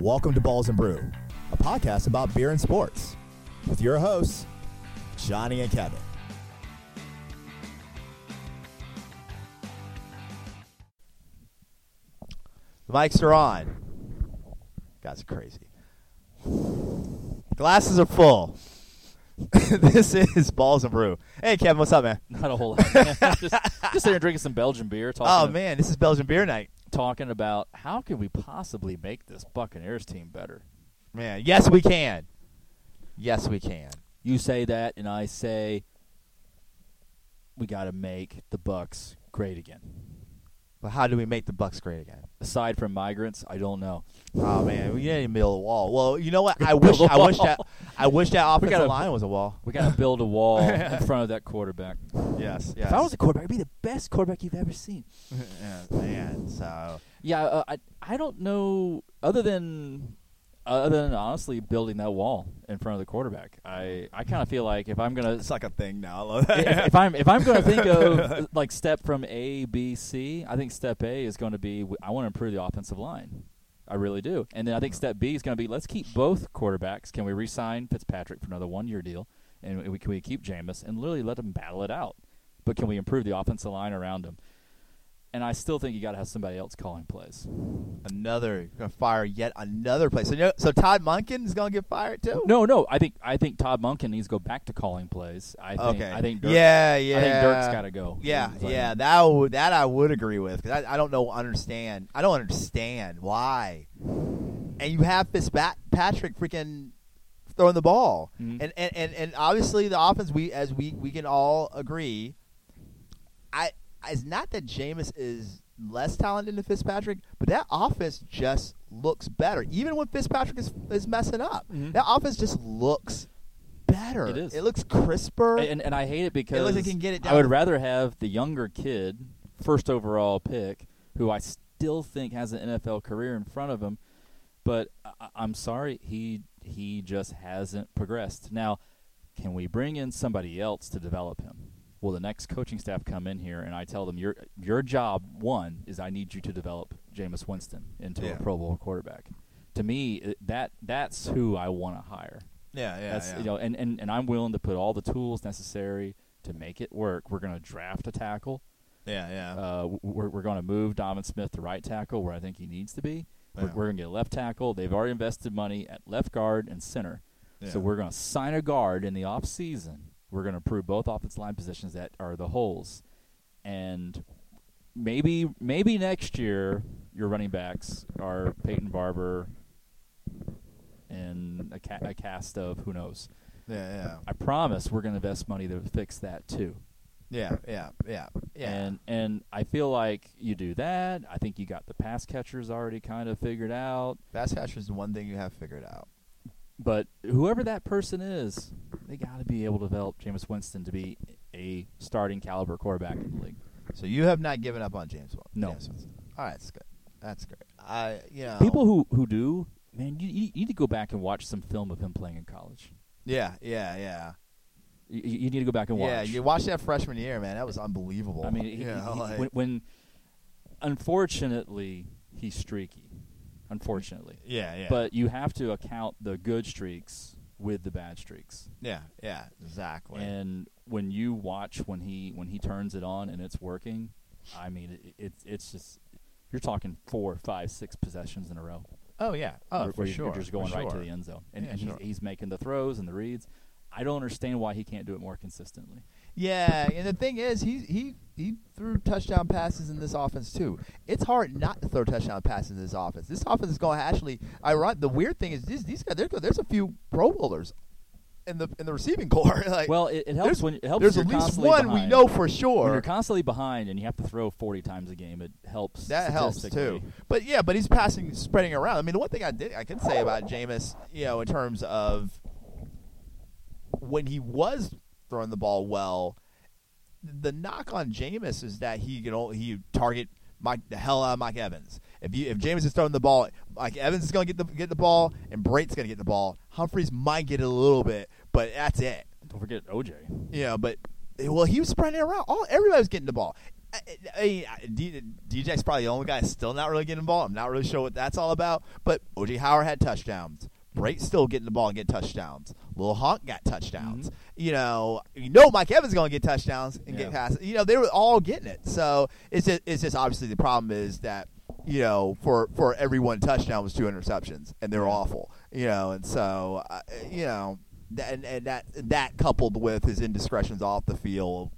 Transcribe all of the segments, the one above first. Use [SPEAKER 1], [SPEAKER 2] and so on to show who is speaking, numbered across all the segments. [SPEAKER 1] Welcome to Balls and Brew, a podcast about beer and sports with your hosts, Johnny and Kevin. The mics are on. Guys are crazy. Glasses are full. this is Balls and Brew. Hey, Kevin, what's up, man?
[SPEAKER 2] Not a whole lot. just, just there drinking some Belgian beer,
[SPEAKER 1] Oh,
[SPEAKER 2] talking,
[SPEAKER 1] man, this is Belgian Beer Night.
[SPEAKER 2] talking about how can we possibly make this Buccaneers team better.
[SPEAKER 1] Man, yes, we can. Yes, we can.
[SPEAKER 2] You say that, and I say we got to make the Bucks great again.
[SPEAKER 1] But how do we make the Bucks great again?
[SPEAKER 2] Aside from migrants, I don't know.
[SPEAKER 1] Oh man, we didn't even build a wall. Well, you know what? I wish
[SPEAKER 2] Build a
[SPEAKER 1] I wish
[SPEAKER 2] wall.
[SPEAKER 1] that I wish that offensive
[SPEAKER 2] gotta-
[SPEAKER 1] line was a wall.
[SPEAKER 2] We got to build a wall in front of that quarterback.
[SPEAKER 1] Yes,
[SPEAKER 2] If I was a quarterback, I'd be the best quarterback you've ever seen.
[SPEAKER 1] yeah, man, so
[SPEAKER 2] Yeah, uh, I I don't know other than other than honestly building that wall in front of the quarterback. I I kind of feel like if I'm gonna
[SPEAKER 1] like a thing now. I love
[SPEAKER 2] if, if I'm if I'm going to think of like step from A B C, I think step A is going to be w- I want to improve the offensive line. I really do. And then I think step B is going to be let's keep both quarterbacks. Can we re-sign Fitzpatrick for another one-year deal? And we, can we keep Jameis and literally let them battle it out? But can we improve the offensive line around him? And I still think you got to have somebody else calling plays.
[SPEAKER 1] another gonna fire yet another place. So, you know, so Todd Munkin is gonna get fired too.
[SPEAKER 2] No, no, I think I think Todd Munkin needs to go back to calling plays. I think,
[SPEAKER 1] okay.
[SPEAKER 2] I think Dirk,
[SPEAKER 1] yeah, yeah.
[SPEAKER 2] I think Dirk's got to go.
[SPEAKER 1] Yeah,
[SPEAKER 2] He's like-
[SPEAKER 1] yeah. That would, that I would agree with because I, I don't know understand. I don't understand why. And you have Fitzpatrick freaking throwing the ball,
[SPEAKER 2] Mhm.
[SPEAKER 1] and, and and and obviously the offense we as we we can all agree. I it's not that Jameis is less talented than Fitzpatrick, but that offense just looks better. Even when Fitzpatrick is is messing up,
[SPEAKER 2] Mhm.
[SPEAKER 1] that offense just looks better.
[SPEAKER 2] It is.
[SPEAKER 1] It looks crisper.
[SPEAKER 2] And, and I hate it because
[SPEAKER 1] like they can get it
[SPEAKER 2] I would
[SPEAKER 1] down.
[SPEAKER 2] rather have the younger kid, first overall pick, who I still think has an NFL career in front of him. But I- I, I'm sorry, he he just hasn't progressed. Now, can we bring in somebody else to develop him? Will the next coaching staff come in here and I tell them your your job one is I need you to develop Jameis Winston into
[SPEAKER 1] Yeah.
[SPEAKER 2] a Pro Bowl quarterback. To me, it- that that's who I want to hire.
[SPEAKER 1] yeah, yeah,
[SPEAKER 2] That's you know, and, and, and I'm willing to put all the tools necessary to make it work. We're going to draft a tackle.
[SPEAKER 1] yeah, yeah.
[SPEAKER 2] Uh, w- we're we're going to move Donovan Smith to right tackle where I think he needs to be. We're,
[SPEAKER 1] Yeah.
[SPEAKER 2] we're going to get a left tackle. They've already invested money at left guard and center.
[SPEAKER 1] Yeah.
[SPEAKER 2] So we're going to sign a guard in the off season. We're going to improve both offensive line positions that are the holes. And maybe maybe next year your running backs are Peyton Barber and a, ca- a cast of who knows.
[SPEAKER 1] Yeah,
[SPEAKER 2] I promise we're going to invest money to fix that too.
[SPEAKER 1] yeah, yeah, yeah, yeah.
[SPEAKER 2] And and I feel like you do that. I think you got the pass catchers already kind of figured out.
[SPEAKER 1] fast catcher is the one thing you have figured out.
[SPEAKER 2] But whoever that person is, they got to be able to develop Jameis Winston to be a starting caliber quarterback in the league.
[SPEAKER 1] So you have not given up on James. Wil-
[SPEAKER 2] No.
[SPEAKER 1] James Winston. All right, that's good. That's great. I, you know,
[SPEAKER 2] People who who do, man, you, you you need to go back and watch some film of him playing in college.
[SPEAKER 1] Yeah, yeah, yeah.
[SPEAKER 2] You, you you need to go back and watch.
[SPEAKER 1] Yeah, you watched that freshman year, man. That was unbelievable.
[SPEAKER 2] I mean, he,
[SPEAKER 1] yeah,
[SPEAKER 2] he-
[SPEAKER 1] like-
[SPEAKER 2] when, when unfortunately he's streaky. Unfortunately.
[SPEAKER 1] yeah, yeah,
[SPEAKER 2] but you have to account the good streaks with the bad streaks.
[SPEAKER 1] yeah, yeah, exactly.
[SPEAKER 2] And when you watch when he when he turns it on and it's working, I mean it, it it's just you're talking four, five, six possessions in a row.
[SPEAKER 1] oh yeah,
[SPEAKER 2] where-
[SPEAKER 1] oh
[SPEAKER 2] where
[SPEAKER 1] for
[SPEAKER 2] you're-
[SPEAKER 1] sure.
[SPEAKER 2] you're just going
[SPEAKER 1] for
[SPEAKER 2] right to
[SPEAKER 1] sure.
[SPEAKER 2] the end zone, and,
[SPEAKER 1] Yeah,
[SPEAKER 2] and
[SPEAKER 1] sure.
[SPEAKER 2] he's, he's making the throws and the reads. I don't understand why he can't do it more consistently.
[SPEAKER 1] Yeah, and the thing is, he he he threw touchdown passes in this offense too. It's hard not to throw touchdown passes in this offense. This offense is going to actually. I the weird thing is these these guys. There, there's a few Pro Bowlers in the in the receiving core. like,
[SPEAKER 2] Well, it, it helps
[SPEAKER 1] there's,
[SPEAKER 2] when it helps.
[SPEAKER 1] there's
[SPEAKER 2] when
[SPEAKER 1] at
[SPEAKER 2] you're
[SPEAKER 1] least
[SPEAKER 2] constantly
[SPEAKER 1] one we
[SPEAKER 2] behind.
[SPEAKER 1] know for
[SPEAKER 2] When you're
[SPEAKER 1] sure.
[SPEAKER 2] constantly behind and you have to throw 40 times a game, it helps.
[SPEAKER 1] That helps too.
[SPEAKER 2] statistically.
[SPEAKER 1] But yeah, but he's passing, spreading around. I mean, the one thing I did I can say about Jameis, you know, in terms of when he was throwing the ball well, the knock on Jameis is that he can only, he target Mike the hell out of Mike Evans. If you if Jameis is throwing the ball, Mike Evans is going to get the get the ball, and Brait's going to get the ball. Humphreys might get it a little bit, but that's it.
[SPEAKER 2] Don't forget OJ.
[SPEAKER 1] You know, but well, he was spreading it around. All everybody was getting the ball. I, I, I, D- DJ's probably the only guy still not really getting the ball. I'm not really sure what that's all about. But OJ Howard had touchdowns. Brate still getting the ball and get touchdowns. Lil Honk got touchdowns. You know, you know Mike Evans going to get touchdowns and
[SPEAKER 2] Yeah.
[SPEAKER 1] get passes. You know, they were all getting it. So it's just, it's just obviously the problem is that you know for for every one touchdown was two interceptions and they're awful. You know, and so uh, you know. that- And, and that that coupled with his indiscretions off the field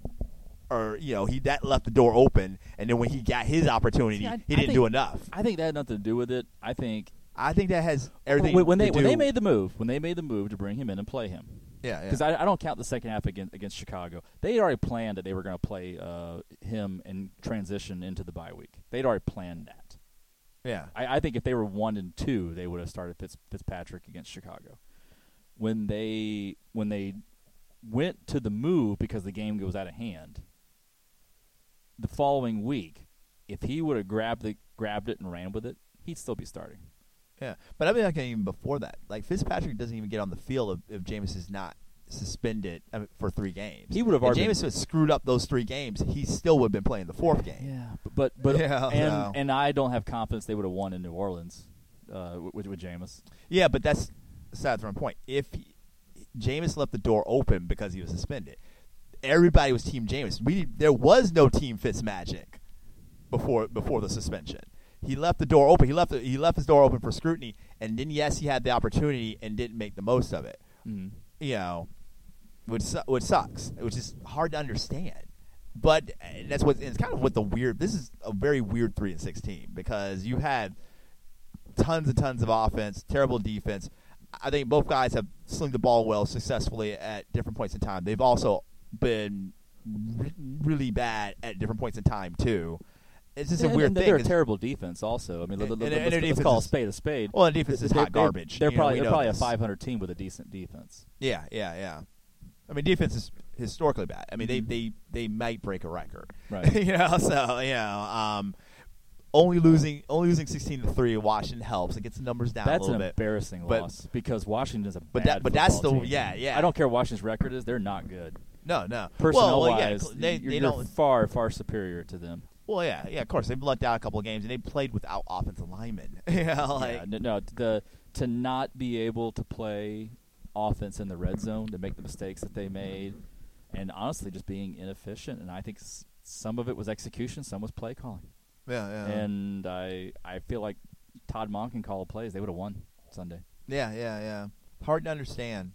[SPEAKER 1] or you know he that left the door open, and then when he got his opportunity,
[SPEAKER 2] See, I-
[SPEAKER 1] he
[SPEAKER 2] I
[SPEAKER 1] didn't
[SPEAKER 2] think-
[SPEAKER 1] do enough.
[SPEAKER 2] I think that had nothing to do with it. I think
[SPEAKER 1] I think that has everything.
[SPEAKER 2] when, when they
[SPEAKER 1] to
[SPEAKER 2] when
[SPEAKER 1] do-
[SPEAKER 2] they made the move, when they made the move to bring him in and play him,
[SPEAKER 1] yeah, yeah.
[SPEAKER 2] because I, I don't count the second half against, against Chicago. They had already planned that they were going to play uh, him and transition into the bye week. They'd already planned that.
[SPEAKER 1] yeah,
[SPEAKER 2] I, I think if they were one and two, they would have started Fitz, Fitzpatrick against Chicago. When they when they went to the move because the game goes out of hand. The following week, if he would have grabbed the grabbed it and ran with it, he'd still be starting.
[SPEAKER 1] yeah. But I mean, like even before that, like Fitzpatrick doesn't even get on the field if, if Jameis is not suspended I mean, for three games.
[SPEAKER 2] He would have
[SPEAKER 1] If
[SPEAKER 2] already been-
[SPEAKER 1] Jameis had screwed up those three games, he still would have been playing the fourth game.
[SPEAKER 2] Yeah, b- but but
[SPEAKER 1] Yeah,
[SPEAKER 2] and
[SPEAKER 1] no.
[SPEAKER 2] and I don't have confidence they would have won in New Orleans uh, with with Jameis.
[SPEAKER 1] Yeah, but that's aside from the point. If he, Jameis left the door open because he was suspended, everybody was Team Jameis. We there was no Team Fitzmagic before before the suspension. He left the door open. He left the, he left his door open for scrutiny, and then yes, he had the opportunity and didn't make the most of it.
[SPEAKER 2] Mm.
[SPEAKER 1] You know, which su- which sucks, which is hard to understand. But uh, that's what it's kind of what the weird. This is a very weird three and six team because you had tons and tons of offense, terrible defense. I think both guys have slung the ball well successfully at different points in time. They've also been re- really bad at different points in time too. It's just
[SPEAKER 2] and,
[SPEAKER 1] a weird
[SPEAKER 2] and
[SPEAKER 1] thing.
[SPEAKER 2] They're a
[SPEAKER 1] 'cause-
[SPEAKER 2] terrible defense, also. I mean, let,
[SPEAKER 1] And-
[SPEAKER 2] let,
[SPEAKER 1] and- and
[SPEAKER 2] let's,
[SPEAKER 1] their
[SPEAKER 2] let's call a
[SPEAKER 1] defense is-
[SPEAKER 2] spade a spade.
[SPEAKER 1] well, the defense is
[SPEAKER 2] They're-
[SPEAKER 1] hot
[SPEAKER 2] they're-
[SPEAKER 1] garbage.
[SPEAKER 2] They're
[SPEAKER 1] You know,
[SPEAKER 2] probably
[SPEAKER 1] we
[SPEAKER 2] they're
[SPEAKER 1] know
[SPEAKER 2] probably a
[SPEAKER 1] this.
[SPEAKER 2] 500 team with a decent defense.
[SPEAKER 1] Yeah, yeah, yeah. I mean, defense is historically bad. I mean,
[SPEAKER 2] Mhm.
[SPEAKER 1] they, they, they might break a record.
[SPEAKER 2] Right.
[SPEAKER 1] you know, so you know, um, only losing only losing sixteen to three. Washington helps. It gets the numbers down a
[SPEAKER 2] That's an
[SPEAKER 1] little bit.
[SPEAKER 2] embarrassing
[SPEAKER 1] But-
[SPEAKER 2] loss because Washington's a
[SPEAKER 1] But
[SPEAKER 2] bad
[SPEAKER 1] that- but that's the-
[SPEAKER 2] football team.
[SPEAKER 1] yeah, yeah.
[SPEAKER 2] I don't care what Washington's record is; they're not good.
[SPEAKER 1] No, no.
[SPEAKER 2] Personnel
[SPEAKER 1] well, well, yeah,
[SPEAKER 2] wise,
[SPEAKER 1] cl- they,
[SPEAKER 2] you're,
[SPEAKER 1] they
[SPEAKER 2] you're
[SPEAKER 1] don't.
[SPEAKER 2] far far superior to them.
[SPEAKER 1] Well, yeah, yeah. Of course, they've lucked out a couple of games, and they played without offensive linemen. yeah, like
[SPEAKER 2] yeah, no, no, the to not be able to play offense in the red zone to make the mistakes that they made, and honestly just being inefficient. And I think s- some of it was execution, some was play calling.
[SPEAKER 1] yeah, yeah,
[SPEAKER 2] And I I feel like Todd Monken called plays; they would have won Sunday.
[SPEAKER 1] yeah, yeah, yeah. Hard to understand.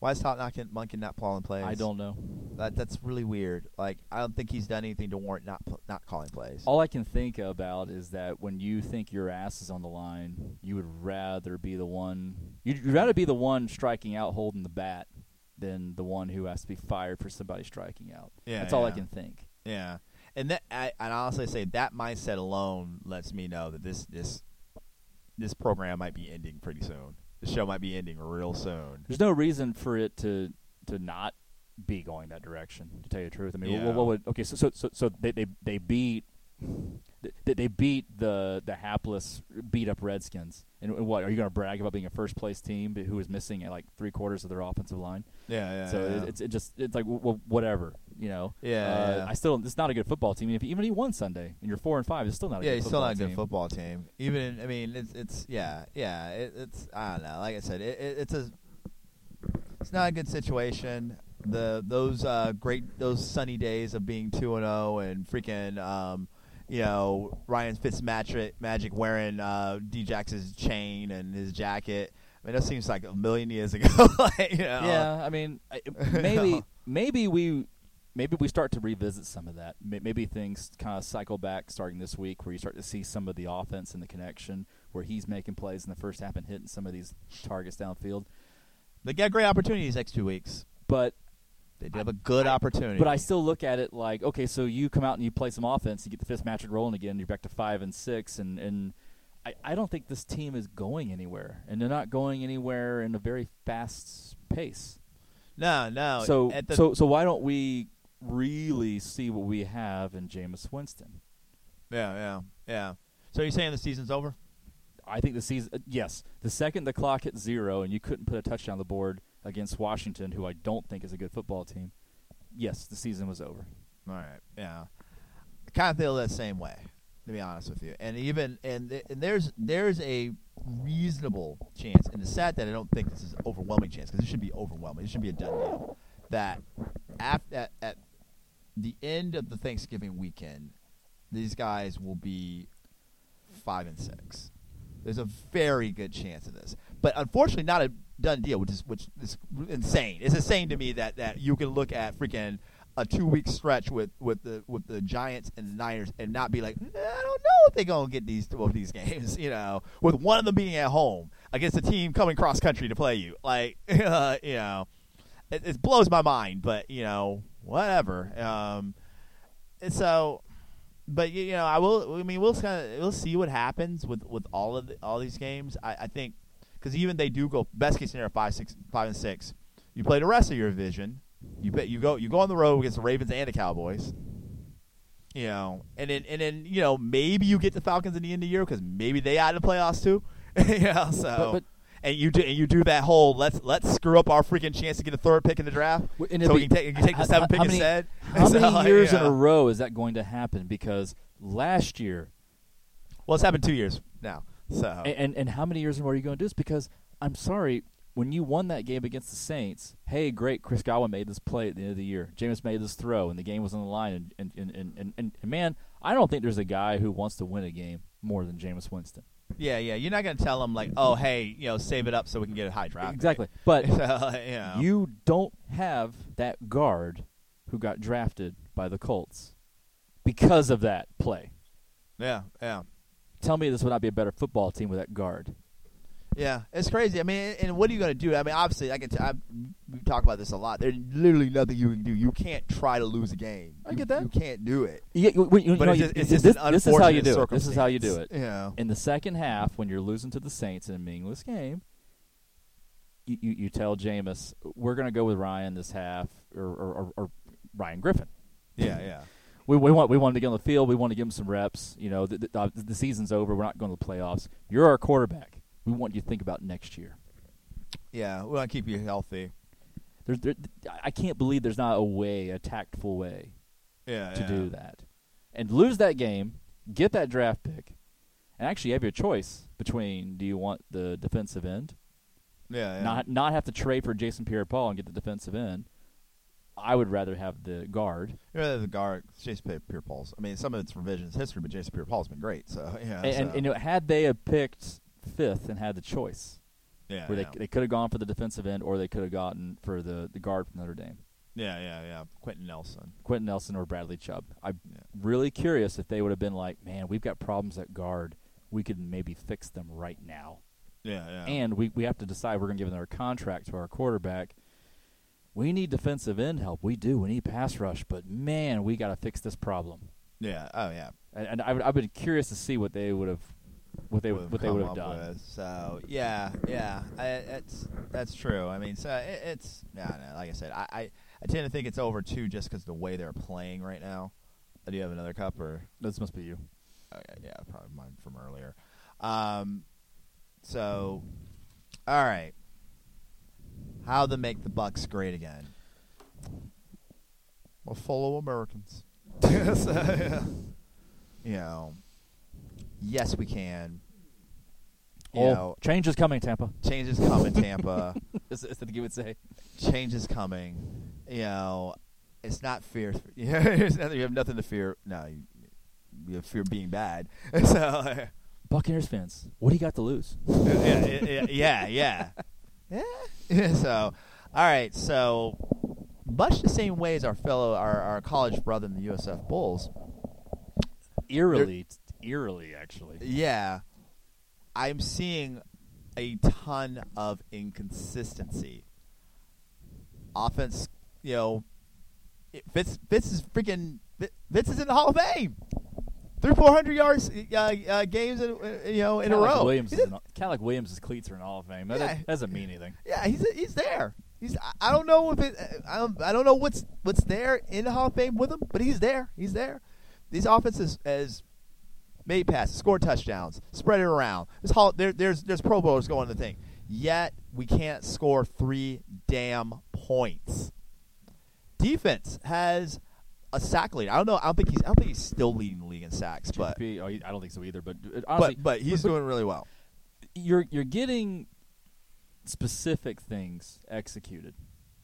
[SPEAKER 1] Why is Todd Monken, Monken not calling plays?
[SPEAKER 2] I don't know.
[SPEAKER 1] That, that's really weird. Like, I don't think he's done anything to warrant not pl- not calling plays.
[SPEAKER 2] All I can think about is that when you think your ass is on the line, you would rather be the one. You'd you'd rather be the one striking out holding the bat than the one who has to be fired for somebody striking out.
[SPEAKER 1] Yeah,
[SPEAKER 2] that's all I
[SPEAKER 1] yeah.
[SPEAKER 2] can think.
[SPEAKER 1] Yeah, and that I, I'd honestly say that mindset alone lets me know that this this this program might be ending pretty soon. The show might be ending real soon.
[SPEAKER 2] There's no reason for it to to not be going that direction. To tell you the truth, I mean,
[SPEAKER 1] Yeah.
[SPEAKER 2] what, what would okay? So so so, so they, they they beat they, they beat the the hapless beat up Redskins. And what are you going to brag about being a first place team but who is missing like three quarters of their offensive line?
[SPEAKER 1] Yeah, yeah.
[SPEAKER 2] so it, it's it just it's like w- w- whatever you know.
[SPEAKER 1] Yeah,
[SPEAKER 2] uh,
[SPEAKER 1] yeah.
[SPEAKER 2] I still it's not a good football team. If even if you won Sunday and you're four and five, it's still not. A
[SPEAKER 1] yeah,
[SPEAKER 2] good
[SPEAKER 1] he's still
[SPEAKER 2] football
[SPEAKER 1] not a good
[SPEAKER 2] team.
[SPEAKER 1] football team. Even I mean, it's it's yeah, yeah. It, it's I don't know. Like I said, it, it, it's a it's not a good situation. The those uh, great those sunny days of being two and zero and freaking um, you know Ryan Fitzmagic magic wearing uh, D-Jax's chain and his jacket. I mean, that seems like a million years ago. like, you know,
[SPEAKER 2] Yeah, I mean, I- maybe maybe we maybe we start to revisit some of that. May- Maybe things kind of cycle back starting this week, where you start to see some of the offense and the connection, where he's making plays in the first half and hitting some of these targets downfield.
[SPEAKER 1] They got great opportunities next two weeks.
[SPEAKER 2] But
[SPEAKER 1] They do have a good opportunity.
[SPEAKER 2] but I still look at it like, okay, so you come out and you play some offense, you get the fifth match rolling again, you're back to five and six, and and. I, I don't think this team is going anywhere, and they're not going anywhere in a very fast pace.
[SPEAKER 1] no no.
[SPEAKER 2] so
[SPEAKER 1] Oh, at the,
[SPEAKER 2] so so why don't we really see what we have in Jameis Winston?
[SPEAKER 1] yeah yeah yeah. So you're saying the season's over?
[SPEAKER 2] I think the season. uh, Yes, the second the clock hit zero and you couldn't put a touchdown on the board against Washington, who I don't think is a good football team. Yes, the season was over.
[SPEAKER 1] All right. Yeah. I kind of feel that same way, to be honest with you. And even and, th- and there's there's a reasonable chance, and it's sad that I don't think this is overwhelming chance because it should be overwhelming. It should be a done deal that af- at, at the end of the Thanksgiving weekend, these guys will be five and six. There's a very good chance of this, but unfortunately, not a done deal, which is which is insane. It's insane to me that that you can look at freaking a two week stretch with with the with the Giants and the Niners and not be like, "Nah, I don't know if they're gonna get these two of these games, you know, with one of them being at home against a team coming cross country to play you, like, you know, it, it blows my mind, but you know, whatever. Um, and so but you you know, I will. I mean, we'll kind of we'll see what happens with with all of the, all these games. I, I think because even they do go best case scenario five six five and six. You play the rest of your division. You bet you go you go on the road against the Ravens and the Cowboys. You know, and then and then you know maybe you get the Falcons in the end of the year because maybe they out of the playoffs too. yeah, so.
[SPEAKER 2] But- but-
[SPEAKER 1] and you do and you do that whole let's let's screw up our freaking chance to get a third pick in the draft.
[SPEAKER 2] W- and
[SPEAKER 1] so
[SPEAKER 2] it'd
[SPEAKER 1] we
[SPEAKER 2] be-
[SPEAKER 1] can take, you can take the
[SPEAKER 2] how-
[SPEAKER 1] seventh pick
[SPEAKER 2] how many-
[SPEAKER 1] instead.
[SPEAKER 2] How
[SPEAKER 1] So,
[SPEAKER 2] many
[SPEAKER 1] like,
[SPEAKER 2] years in
[SPEAKER 1] yeah.
[SPEAKER 2] a row is that going to happen? Because last year,
[SPEAKER 1] Well, it's happened two years now. So
[SPEAKER 2] a- and and how many years in a row are you going to do this? Because I'm sorry, when you won that game against the Saints, hey, great, Chris Godwin made this play at the end of the year. Jameis made this throw, and the game was on the line. And and, and, and, and, and man, I don't think there's a guy who wants to win a game more than Jameis Winston.
[SPEAKER 1] Yeah, yeah. You're not gonna tell them like, oh, hey, you know, save it up so we can get a high draft. pick.
[SPEAKER 2] Exactly, but
[SPEAKER 1] so, you know.
[SPEAKER 2] you don't have that guard who got drafted by the Colts because of that play.
[SPEAKER 1] yeah, yeah,
[SPEAKER 2] Tell me this would not be a better football team with that guard.
[SPEAKER 1] yeah. It's crazy. I mean, and what are you gonna do? I mean, obviously, I can. T- I, we talk about this a lot. There's literally nothing you can do. You can't try to lose a game.
[SPEAKER 2] I
[SPEAKER 1] You-
[SPEAKER 2] get that.
[SPEAKER 1] You can't do it.
[SPEAKER 2] Yeah, you- you- you
[SPEAKER 1] But
[SPEAKER 2] know,
[SPEAKER 1] it's
[SPEAKER 2] you-
[SPEAKER 1] just, it's
[SPEAKER 2] this,
[SPEAKER 1] just an
[SPEAKER 2] this is how you
[SPEAKER 1] unfortunate
[SPEAKER 2] do it. This is how you do
[SPEAKER 1] circumstance.
[SPEAKER 2] it.
[SPEAKER 1] Yeah.
[SPEAKER 2] In the second half, when you're losing to the Saints in a meaningless game, you, you, you tell Jameis, we're going to go with Ryan this half or, or, or, or Ryan Griffin.
[SPEAKER 1] Yeah, yeah.
[SPEAKER 2] We, we want we want him to get on the field. We want to give him some reps. You know, the, the, uh, the season's over. We're not going to the playoffs. You're our quarterback. We want you to think about next year.
[SPEAKER 1] Yeah, we want to keep you healthy.
[SPEAKER 2] There's, there, I can't believe there's not a way, a tactful way
[SPEAKER 1] Yeah,
[SPEAKER 2] to
[SPEAKER 1] yeah.
[SPEAKER 2] do that, and lose that game, get that draft pick, and actually have your choice between do you want the defensive end,
[SPEAKER 1] Yeah, yeah.
[SPEAKER 2] not not have to trade for Jason Pierre-Paul and get the defensive end. I would rather have the guard,
[SPEAKER 1] You know, the guard, Jason Pierre Paul's. I mean, some of it's revisionist history, but Jason Pierre Paul's been great. So, yeah.
[SPEAKER 2] and, and,
[SPEAKER 1] so,
[SPEAKER 2] and, you know, had they have picked fifth and had the choice,
[SPEAKER 1] yeah,
[SPEAKER 2] where
[SPEAKER 1] yeah.
[SPEAKER 2] they they could have gone for the defensive end or they could have gotten for the the guard from Notre Dame.
[SPEAKER 1] yeah, yeah, yeah. Quentin Nelson.
[SPEAKER 2] Quentin Nelson or Bradley Chubb. I'm
[SPEAKER 1] Yeah.
[SPEAKER 2] really curious if they would have been like, man, we've got problems at guard. We could maybe fix them right now.
[SPEAKER 1] Yeah, yeah.
[SPEAKER 2] And we, we have to decide we're going to give another contract to our quarterback. We need defensive end help. We do. We need pass rush. But man, we got to fix this problem.
[SPEAKER 1] yeah, oh, yeah.
[SPEAKER 2] And, and I would, I've been curious to see what they would have, what they would, what they
[SPEAKER 1] come
[SPEAKER 2] would have
[SPEAKER 1] up
[SPEAKER 2] done.
[SPEAKER 1] with. So yeah, yeah, I, it's that's true. I mean, so it, it's no, no. Like I said, I, I, I tend to think it's over too, just because the way they're playing right now. Uh, Do you have another cup or?
[SPEAKER 2] This must be you.
[SPEAKER 1] Okay, Oh, yeah, probably mine from earlier. Um, so, all right, how to make the Bucks great again? Well, follow Americans. You know, yes, we can. You
[SPEAKER 2] Oh,
[SPEAKER 1] know,
[SPEAKER 2] change is coming, Tampa.
[SPEAKER 1] change is coming, Tampa.
[SPEAKER 2] Is, is that the give it say?
[SPEAKER 1] change is coming. You know, it's not fear. Yeah, it's nothing, you have nothing to fear. No, you, you have fear of being bad. so,
[SPEAKER 2] Buccaneers fans, what do you got to lose?
[SPEAKER 1] yeah, yeah, yeah, yeah. yeah. so, all right. So, much the same way as our fellow, our, our college brother in the USF Bulls.
[SPEAKER 2] Eerily, eerily, actually.
[SPEAKER 1] Yeah, I'm seeing a ton of inconsistency. Offense, you know, it, Fitz Fitz is freaking Fi- Fitz is in the Hall of Fame. Three four hundred yards uh, uh, games in, uh, you know in a
[SPEAKER 2] Kinda like
[SPEAKER 1] row.
[SPEAKER 2] Williams
[SPEAKER 1] He's
[SPEAKER 2] is
[SPEAKER 1] in-
[SPEAKER 2] in, kinda like Williams' cleats are in Hall of Fame. That,
[SPEAKER 1] Yeah.
[SPEAKER 2] that doesn't mean anything.
[SPEAKER 1] Yeah, he's he's there. He's I- I don't know if it I don't, I don't know what's what's there in the Hall of Fame with him, but he's there. He's there. These offenses has made passes, scored touchdowns, spread it around. This hall there, there's there's Pro Bowlers going to the thing. Yet we can't score three damn points. Defense has a sack lead. I don't know. I don't think he's. I don't think he's still leading the league in sacks, but
[SPEAKER 2] GPP, oh, he- I don't think so either. But uh, honestly,
[SPEAKER 1] but but he's doing really well.
[SPEAKER 2] you're you're getting specific things executed,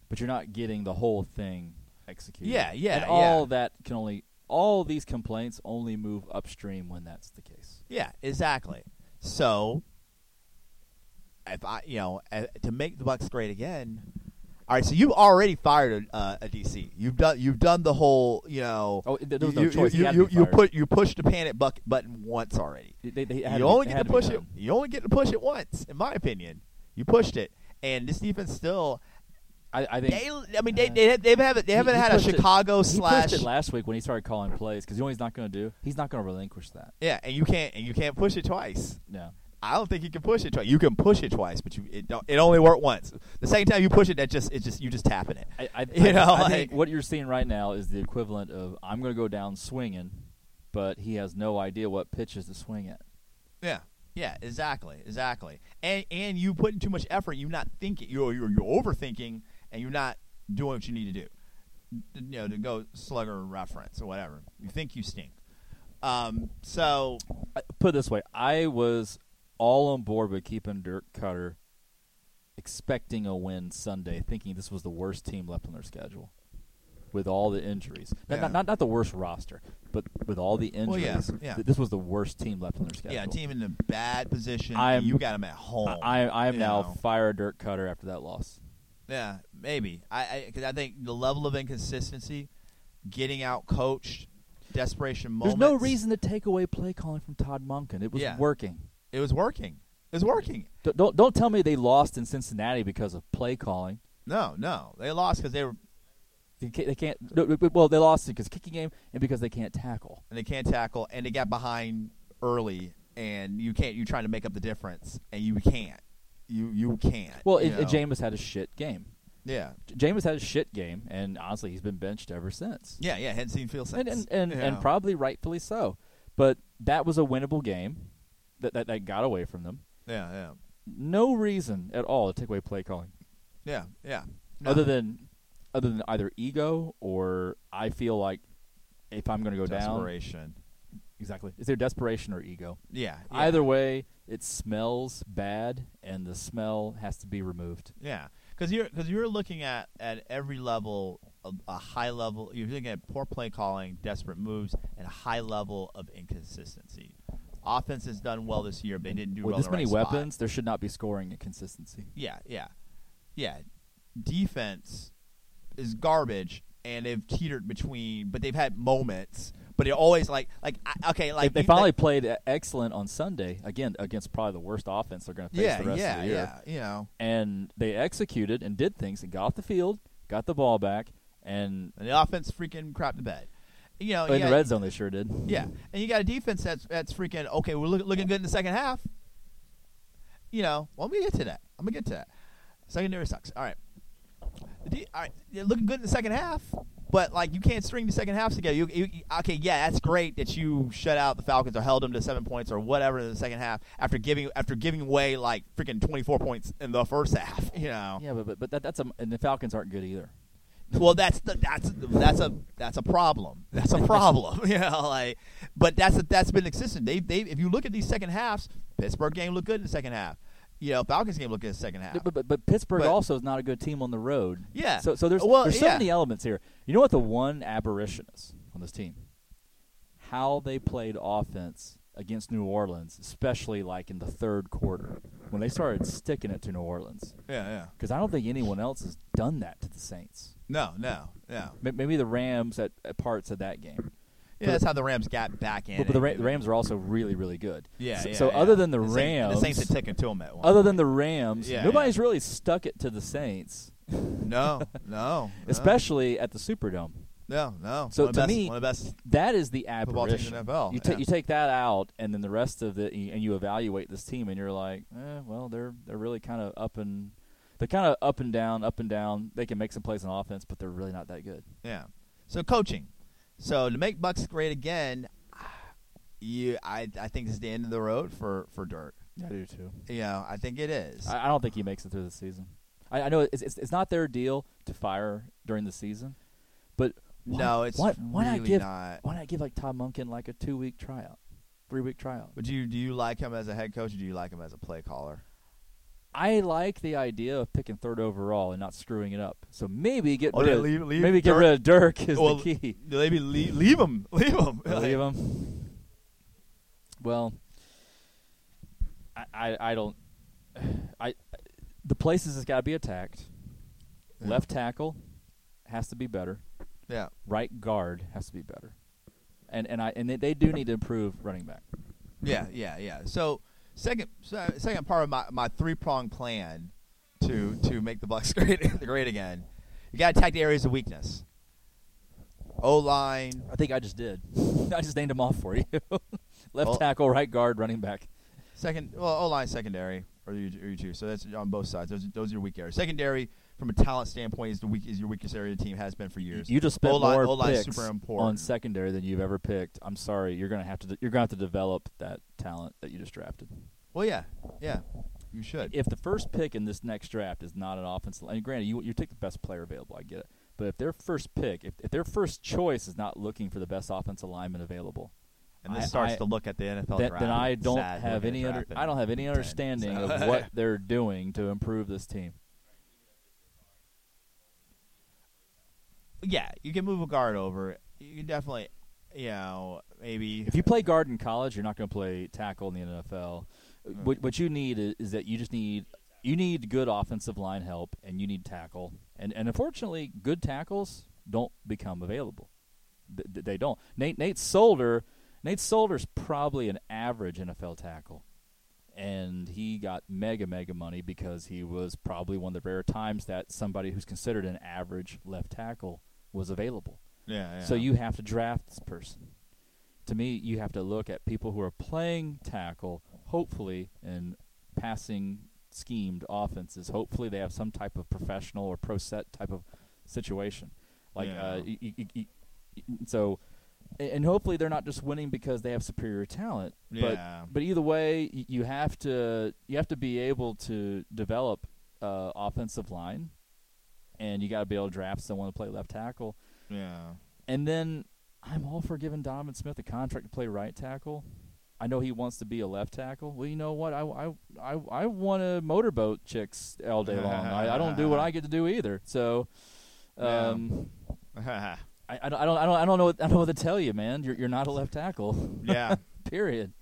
[SPEAKER 2] but you're not getting the whole thing executed.
[SPEAKER 1] Yeah, yeah,
[SPEAKER 2] And
[SPEAKER 1] yeah.
[SPEAKER 2] all that can only all these complaints only move upstream when that's the case.
[SPEAKER 1] Yeah, exactly. So if I, you know, eh, to make the Bucks great again. All right, so you've already fired a, uh, a DC. You've done you've done the whole, you know.
[SPEAKER 2] Oh, there was
[SPEAKER 1] you,
[SPEAKER 2] no choice. He
[SPEAKER 1] You,
[SPEAKER 2] had
[SPEAKER 1] you,
[SPEAKER 2] to be
[SPEAKER 1] you,
[SPEAKER 2] fired.
[SPEAKER 1] put you pushed the panic buck- button once already.
[SPEAKER 2] They, they had
[SPEAKER 1] you
[SPEAKER 2] to be-
[SPEAKER 1] only
[SPEAKER 2] they
[SPEAKER 1] get
[SPEAKER 2] had
[SPEAKER 1] to
[SPEAKER 2] be
[SPEAKER 1] push it.
[SPEAKER 2] done.
[SPEAKER 1] You only get to push it once, in my opinion. You pushed it, and this defense still.
[SPEAKER 2] I, I think
[SPEAKER 1] They, I mean, they they, they haven't they
[SPEAKER 2] He-
[SPEAKER 1] haven't
[SPEAKER 2] he
[SPEAKER 1] had a
[SPEAKER 2] pushed it-
[SPEAKER 1] Chicago slash.
[SPEAKER 2] He pushed it last week when he started calling plays because you know what he's not going to do. He's not going to relinquish that.
[SPEAKER 1] yeah, and you can't and you can't push it twice.
[SPEAKER 2] No.
[SPEAKER 1] I don't think you can push it twice. You can push it twice, but you it don't. It only worked once. The second time you push it, that just it's just you just tapping it.
[SPEAKER 2] I, I,
[SPEAKER 1] You
[SPEAKER 2] I-
[SPEAKER 1] know,
[SPEAKER 2] I
[SPEAKER 1] like-
[SPEAKER 2] think what you're seeing right now is the equivalent of I'm going to go down swinging, but he has no idea what pitches to swing at.
[SPEAKER 1] Yeah. Yeah, exactly, exactly. And and you put in too much effort. You're not thinking. You're you're, you're overthinking, and you're not doing what you need to do. You know, to go slugger reference or whatever. You think you stink. Um. So
[SPEAKER 2] I- Put it this way, I was all on board with keeping Dirk Cutter, expecting a win Sunday, thinking this was the worst team left on their schedule, with all the injuries. Not
[SPEAKER 1] Yeah.
[SPEAKER 2] not, not, not the worst roster, but with all the injuries,
[SPEAKER 1] Well, yeah, yeah.
[SPEAKER 2] th- this was the worst team left on their schedule.
[SPEAKER 1] yeah, team in a bad position.
[SPEAKER 2] I'm-
[SPEAKER 1] you got them at home.
[SPEAKER 2] I, I am
[SPEAKER 1] you
[SPEAKER 2] now
[SPEAKER 1] know.
[SPEAKER 2] fire Dirk Cutter after that loss.
[SPEAKER 1] Yeah, maybe. I because I, think the level of inconsistency, getting out coached, desperation moments.
[SPEAKER 2] There's no reason to take away play calling from Todd Monken. It was
[SPEAKER 1] Yeah.
[SPEAKER 2] working.
[SPEAKER 1] It was working. It was working.
[SPEAKER 2] D- don't don't tell me they lost in Cincinnati because of play calling.
[SPEAKER 1] No, no, they lost because they were
[SPEAKER 2] They can't. They can't no, no, well, they lost because kicking game and because they can't tackle.
[SPEAKER 1] and they can't tackle and they got behind early and you can't. You're trying to make up the difference and you can't. You you can't.
[SPEAKER 2] Well,
[SPEAKER 1] you
[SPEAKER 2] it, it,
[SPEAKER 1] know?
[SPEAKER 2] Jameis had a shit game.
[SPEAKER 1] Yeah,
[SPEAKER 2] J- Jameis had a shit game, and honestly, he's been benched ever since.
[SPEAKER 1] yeah, yeah. Hadn't seen feel
[SPEAKER 2] And
[SPEAKER 1] sense.
[SPEAKER 2] and and,
[SPEAKER 1] Yeah.
[SPEAKER 2] and probably rightfully so. But that was a winnable game that, that that got away from them.
[SPEAKER 1] yeah, yeah,
[SPEAKER 2] No reason at all to take away play calling.
[SPEAKER 1] yeah, yeah. No.
[SPEAKER 2] other than other than either ego or I feel like if I'm going to go down,
[SPEAKER 1] desperation.
[SPEAKER 2] exactly, is there desperation or ego?
[SPEAKER 1] Yeah, yeah.
[SPEAKER 2] Either way, it smells bad, and the smell has to be removed.
[SPEAKER 1] Yeah, because you're because you're looking at at every level, a, a high level. You're looking at poor play calling, desperate moves, and a high level of inconsistency. Offense has done well this year, but they didn't do
[SPEAKER 2] With
[SPEAKER 1] well. in
[SPEAKER 2] this
[SPEAKER 1] the
[SPEAKER 2] many
[SPEAKER 1] right spot.
[SPEAKER 2] weapons, there should not be scoring inconsistency.
[SPEAKER 1] Yeah, yeah, yeah. Defense is garbage, and they've teetered between, but they've had moments. But they're always like, like I- okay, like
[SPEAKER 2] they
[SPEAKER 1] you-
[SPEAKER 2] finally
[SPEAKER 1] like-
[SPEAKER 2] played e- excellent on Sunday again against probably the worst offense they're going to face
[SPEAKER 1] yeah,
[SPEAKER 2] the rest
[SPEAKER 1] yeah,
[SPEAKER 2] of the year.
[SPEAKER 1] yeah. You know,
[SPEAKER 2] And they executed and did things and got off the field, got the ball back, and
[SPEAKER 1] and the offense freaking crap the bed. You know,
[SPEAKER 2] in
[SPEAKER 1] Oh, yeah,
[SPEAKER 2] the red zone they sure did.
[SPEAKER 1] Yeah, and you got a defense that's that's freaking okay. We're look, looking good in the second half. You know, well, I'm gonna get to that. I'm gonna get to that. Secondary sucks. All right, The de- all right. You're looking good in the second half, but like you can't string the second halves together. You, you, okay, yeah, that's great that you shut out the Falcons or held them to seven points or whatever in the second half after giving after giving away like freaking 24 points in the first half. You know,
[SPEAKER 2] yeah, but but, but that, that's a, and the Falcons aren't good either.
[SPEAKER 1] well, that's the, that's that's a that's a problem. That's a problem. you know, like, but that's that's been consistent. They they if you look at these second halves, Pittsburgh game looked good in the second half. You know, Falcons game looked good in the second half.
[SPEAKER 2] But, but, but Pittsburgh
[SPEAKER 1] But-
[SPEAKER 2] also is not a good team on the road.
[SPEAKER 1] Yeah.
[SPEAKER 2] So so there's
[SPEAKER 1] Well,
[SPEAKER 2] there's so
[SPEAKER 1] yeah.
[SPEAKER 2] many elements here. You know what the one aberration is on this team? How they played offense against New Orleans, especially like in the third quarter when they started sticking it to New Orleans.
[SPEAKER 1] Yeah, yeah.
[SPEAKER 2] Because I don't think anyone else has done that to the Saints.
[SPEAKER 1] No, no, no.
[SPEAKER 2] May- Maybe the Rams at, at parts of that game.
[SPEAKER 1] Yeah, that's how the Rams got back in.
[SPEAKER 2] But, but the, Ra- the Rams are also really really good.
[SPEAKER 1] Yeah.
[SPEAKER 2] So,
[SPEAKER 1] yeah,
[SPEAKER 2] so
[SPEAKER 1] yeah.
[SPEAKER 2] other than the,
[SPEAKER 1] Saints-
[SPEAKER 2] Rams,
[SPEAKER 1] the Saints had taken to them at one.
[SPEAKER 2] other than the Rams,
[SPEAKER 1] Yeah,
[SPEAKER 2] nobody's
[SPEAKER 1] yeah.
[SPEAKER 2] really stuck it to the Saints.
[SPEAKER 1] no, no, no,
[SPEAKER 2] Oh. especially at the Superdome.
[SPEAKER 1] no, no.
[SPEAKER 2] So
[SPEAKER 1] One of the
[SPEAKER 2] to
[SPEAKER 1] best-
[SPEAKER 2] me-
[SPEAKER 1] one of the best.
[SPEAKER 2] That is the
[SPEAKER 1] Football teams in
[SPEAKER 2] aberration.
[SPEAKER 1] the NFL,
[SPEAKER 2] You, ta-
[SPEAKER 1] yeah.
[SPEAKER 2] you take that out, and then the rest of the and you evaluate this team, and you're like, eh, well, they're they're really kind of up and they're kind of up and down, up and down. They can make some plays on offense, but they're really not that good.
[SPEAKER 1] Yeah. So coaching. So to make Bucks great again, you I I think this is the end of the road for for Dirk.
[SPEAKER 2] I do too.
[SPEAKER 1] You know, I think it is.
[SPEAKER 2] I, I don't think he makes it through the season. I, I know it's, it's it's not their deal to fire during the season, but
[SPEAKER 1] No, it's
[SPEAKER 2] why, why
[SPEAKER 1] really
[SPEAKER 2] not give
[SPEAKER 1] not.
[SPEAKER 2] why not give like Todd Munkin like a two week tryout, three week tryout?
[SPEAKER 1] But do you do you like him as a head coach or do you like him as a play caller?
[SPEAKER 2] I like the idea of picking third overall and not screwing it up. So maybe get
[SPEAKER 1] Oh,
[SPEAKER 2] rid
[SPEAKER 1] yeah,
[SPEAKER 2] of,
[SPEAKER 1] leave- leave
[SPEAKER 2] maybe get
[SPEAKER 1] Dirk-
[SPEAKER 2] rid of Dirk is
[SPEAKER 1] well,
[SPEAKER 2] the key.
[SPEAKER 1] Maybe leave, leave him, leave him,
[SPEAKER 2] Leave him. Well, I I, I don't. I the places has got to be attacked.
[SPEAKER 1] Yeah.
[SPEAKER 2] Left tackle has to be better.
[SPEAKER 1] Yeah,
[SPEAKER 2] Right guard has to be better. And and I and they, they do need to improve running back.
[SPEAKER 1] yeah, yeah, yeah. So second, so second part of my, my three prong plan to to make the Bucks great great again, you got to attack the areas of weakness. O line,
[SPEAKER 2] I think I just did. I just named them off for you. Left
[SPEAKER 1] Well-
[SPEAKER 2] tackle, right guard, running back.
[SPEAKER 1] Second, well, O line secondary or you, or you two. So that's on both sides. Those, those are your weak areas. Secondary, from a talent standpoint, is the weak is your weakest area. The team has been for years.
[SPEAKER 2] You just spent
[SPEAKER 1] O-line-
[SPEAKER 2] more
[SPEAKER 1] O-line's
[SPEAKER 2] picks
[SPEAKER 1] super important.
[SPEAKER 2] on secondary than you've ever picked. I'm sorry, you're gonna have to de- you're gonna have to develop that talent that you just drafted.
[SPEAKER 1] well, yeah, yeah, you should.
[SPEAKER 2] If the first pick in this next draft is not an offensive, line, and granted, you you take the best player available, I get it. But if their first pick, if, if their first choice is not looking for the best offensive lineman available,
[SPEAKER 1] and this
[SPEAKER 2] I-
[SPEAKER 1] starts
[SPEAKER 2] I-
[SPEAKER 1] to look at the NFL
[SPEAKER 2] then,
[SPEAKER 1] draft.
[SPEAKER 2] then I don't
[SPEAKER 1] Sad
[SPEAKER 2] have
[SPEAKER 1] looking
[SPEAKER 2] any
[SPEAKER 1] at
[SPEAKER 2] under,
[SPEAKER 1] draft
[SPEAKER 2] I don't have any
[SPEAKER 1] 10,
[SPEAKER 2] understanding
[SPEAKER 1] so.
[SPEAKER 2] of what they're doing to improve this team.
[SPEAKER 1] yeah, you can move a guard over. You can definitely, you know, maybe.
[SPEAKER 2] If you play guard in college, you're not going to play tackle in the NFL. What, what you need is, is that you just need you need good offensive line help and you need tackle. And and unfortunately, good tackles don't become available. Th- th- They don't. Nate Nate Solder, Nate Solder's probably an average NFL tackle. And he got mega mega money because he was probably one of the rare times that somebody who's considered an average left tackle was available.
[SPEAKER 1] yeah, yeah.
[SPEAKER 2] So you have to draft this person. To me, you have to look at people who are playing tackle, hopefully in passing schemed offenses. Hopefully, they have some type of professional or pro set type of situation. Like, uh,
[SPEAKER 1] Yeah.
[SPEAKER 2] y- y- y- y- y- so, a- and hopefully they're not just winning because they have superior talent.
[SPEAKER 1] Yeah.
[SPEAKER 2] But but either way, y- you have to you have to be able to develop uh, offensive line, and you got to be able to draft someone to play left tackle.
[SPEAKER 1] yeah.
[SPEAKER 2] And then I'm all for giving Donovan Smith a contract to play right tackle. I know he wants to be a left tackle. Well, you know what? I, I, I, I want to motorboat chicks all day long. I, I don't do what I get to do either. So, um,
[SPEAKER 1] yeah,
[SPEAKER 2] I, I don't, I don't, I don't, I don't know, what, I don't know what to tell you, man. You're, you're not a left tackle.
[SPEAKER 1] yeah,
[SPEAKER 2] Period.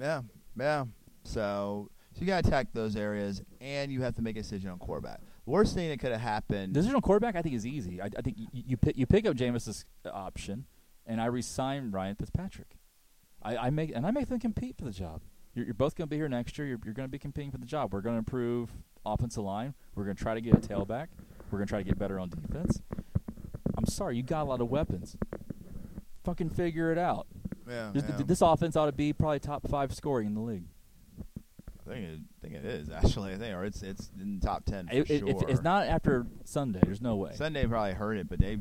[SPEAKER 1] yeah, yeah. So, so you got to attack those areas, and you have to make a decision on quarterback. Worst thing that could have happened.
[SPEAKER 2] The Decision quarterback, I think, is easy. I, I think you, you pick you pick up Jameis's option, and I resign Ryan Fitzpatrick. I, I make and I make them compete for the job. You're, you're both going to be here next year. You're, you're going to be competing for the job. We're going to improve offensive line. We're going to try to get a tailback. We're going to try to get better on defense. I'm sorry, you got a lot of weapons. Fucking figure it out.
[SPEAKER 1] yeah,
[SPEAKER 2] This,
[SPEAKER 1] yeah.
[SPEAKER 2] this offense ought to be probably top five scoring in the league.
[SPEAKER 1] I think it, I think it is actually. I think or it's it's in the top ten. For
[SPEAKER 2] It- it-
[SPEAKER 1] sure.
[SPEAKER 2] if it's not after Sunday, there's no way.
[SPEAKER 1] Sunday probably hurt it, but they've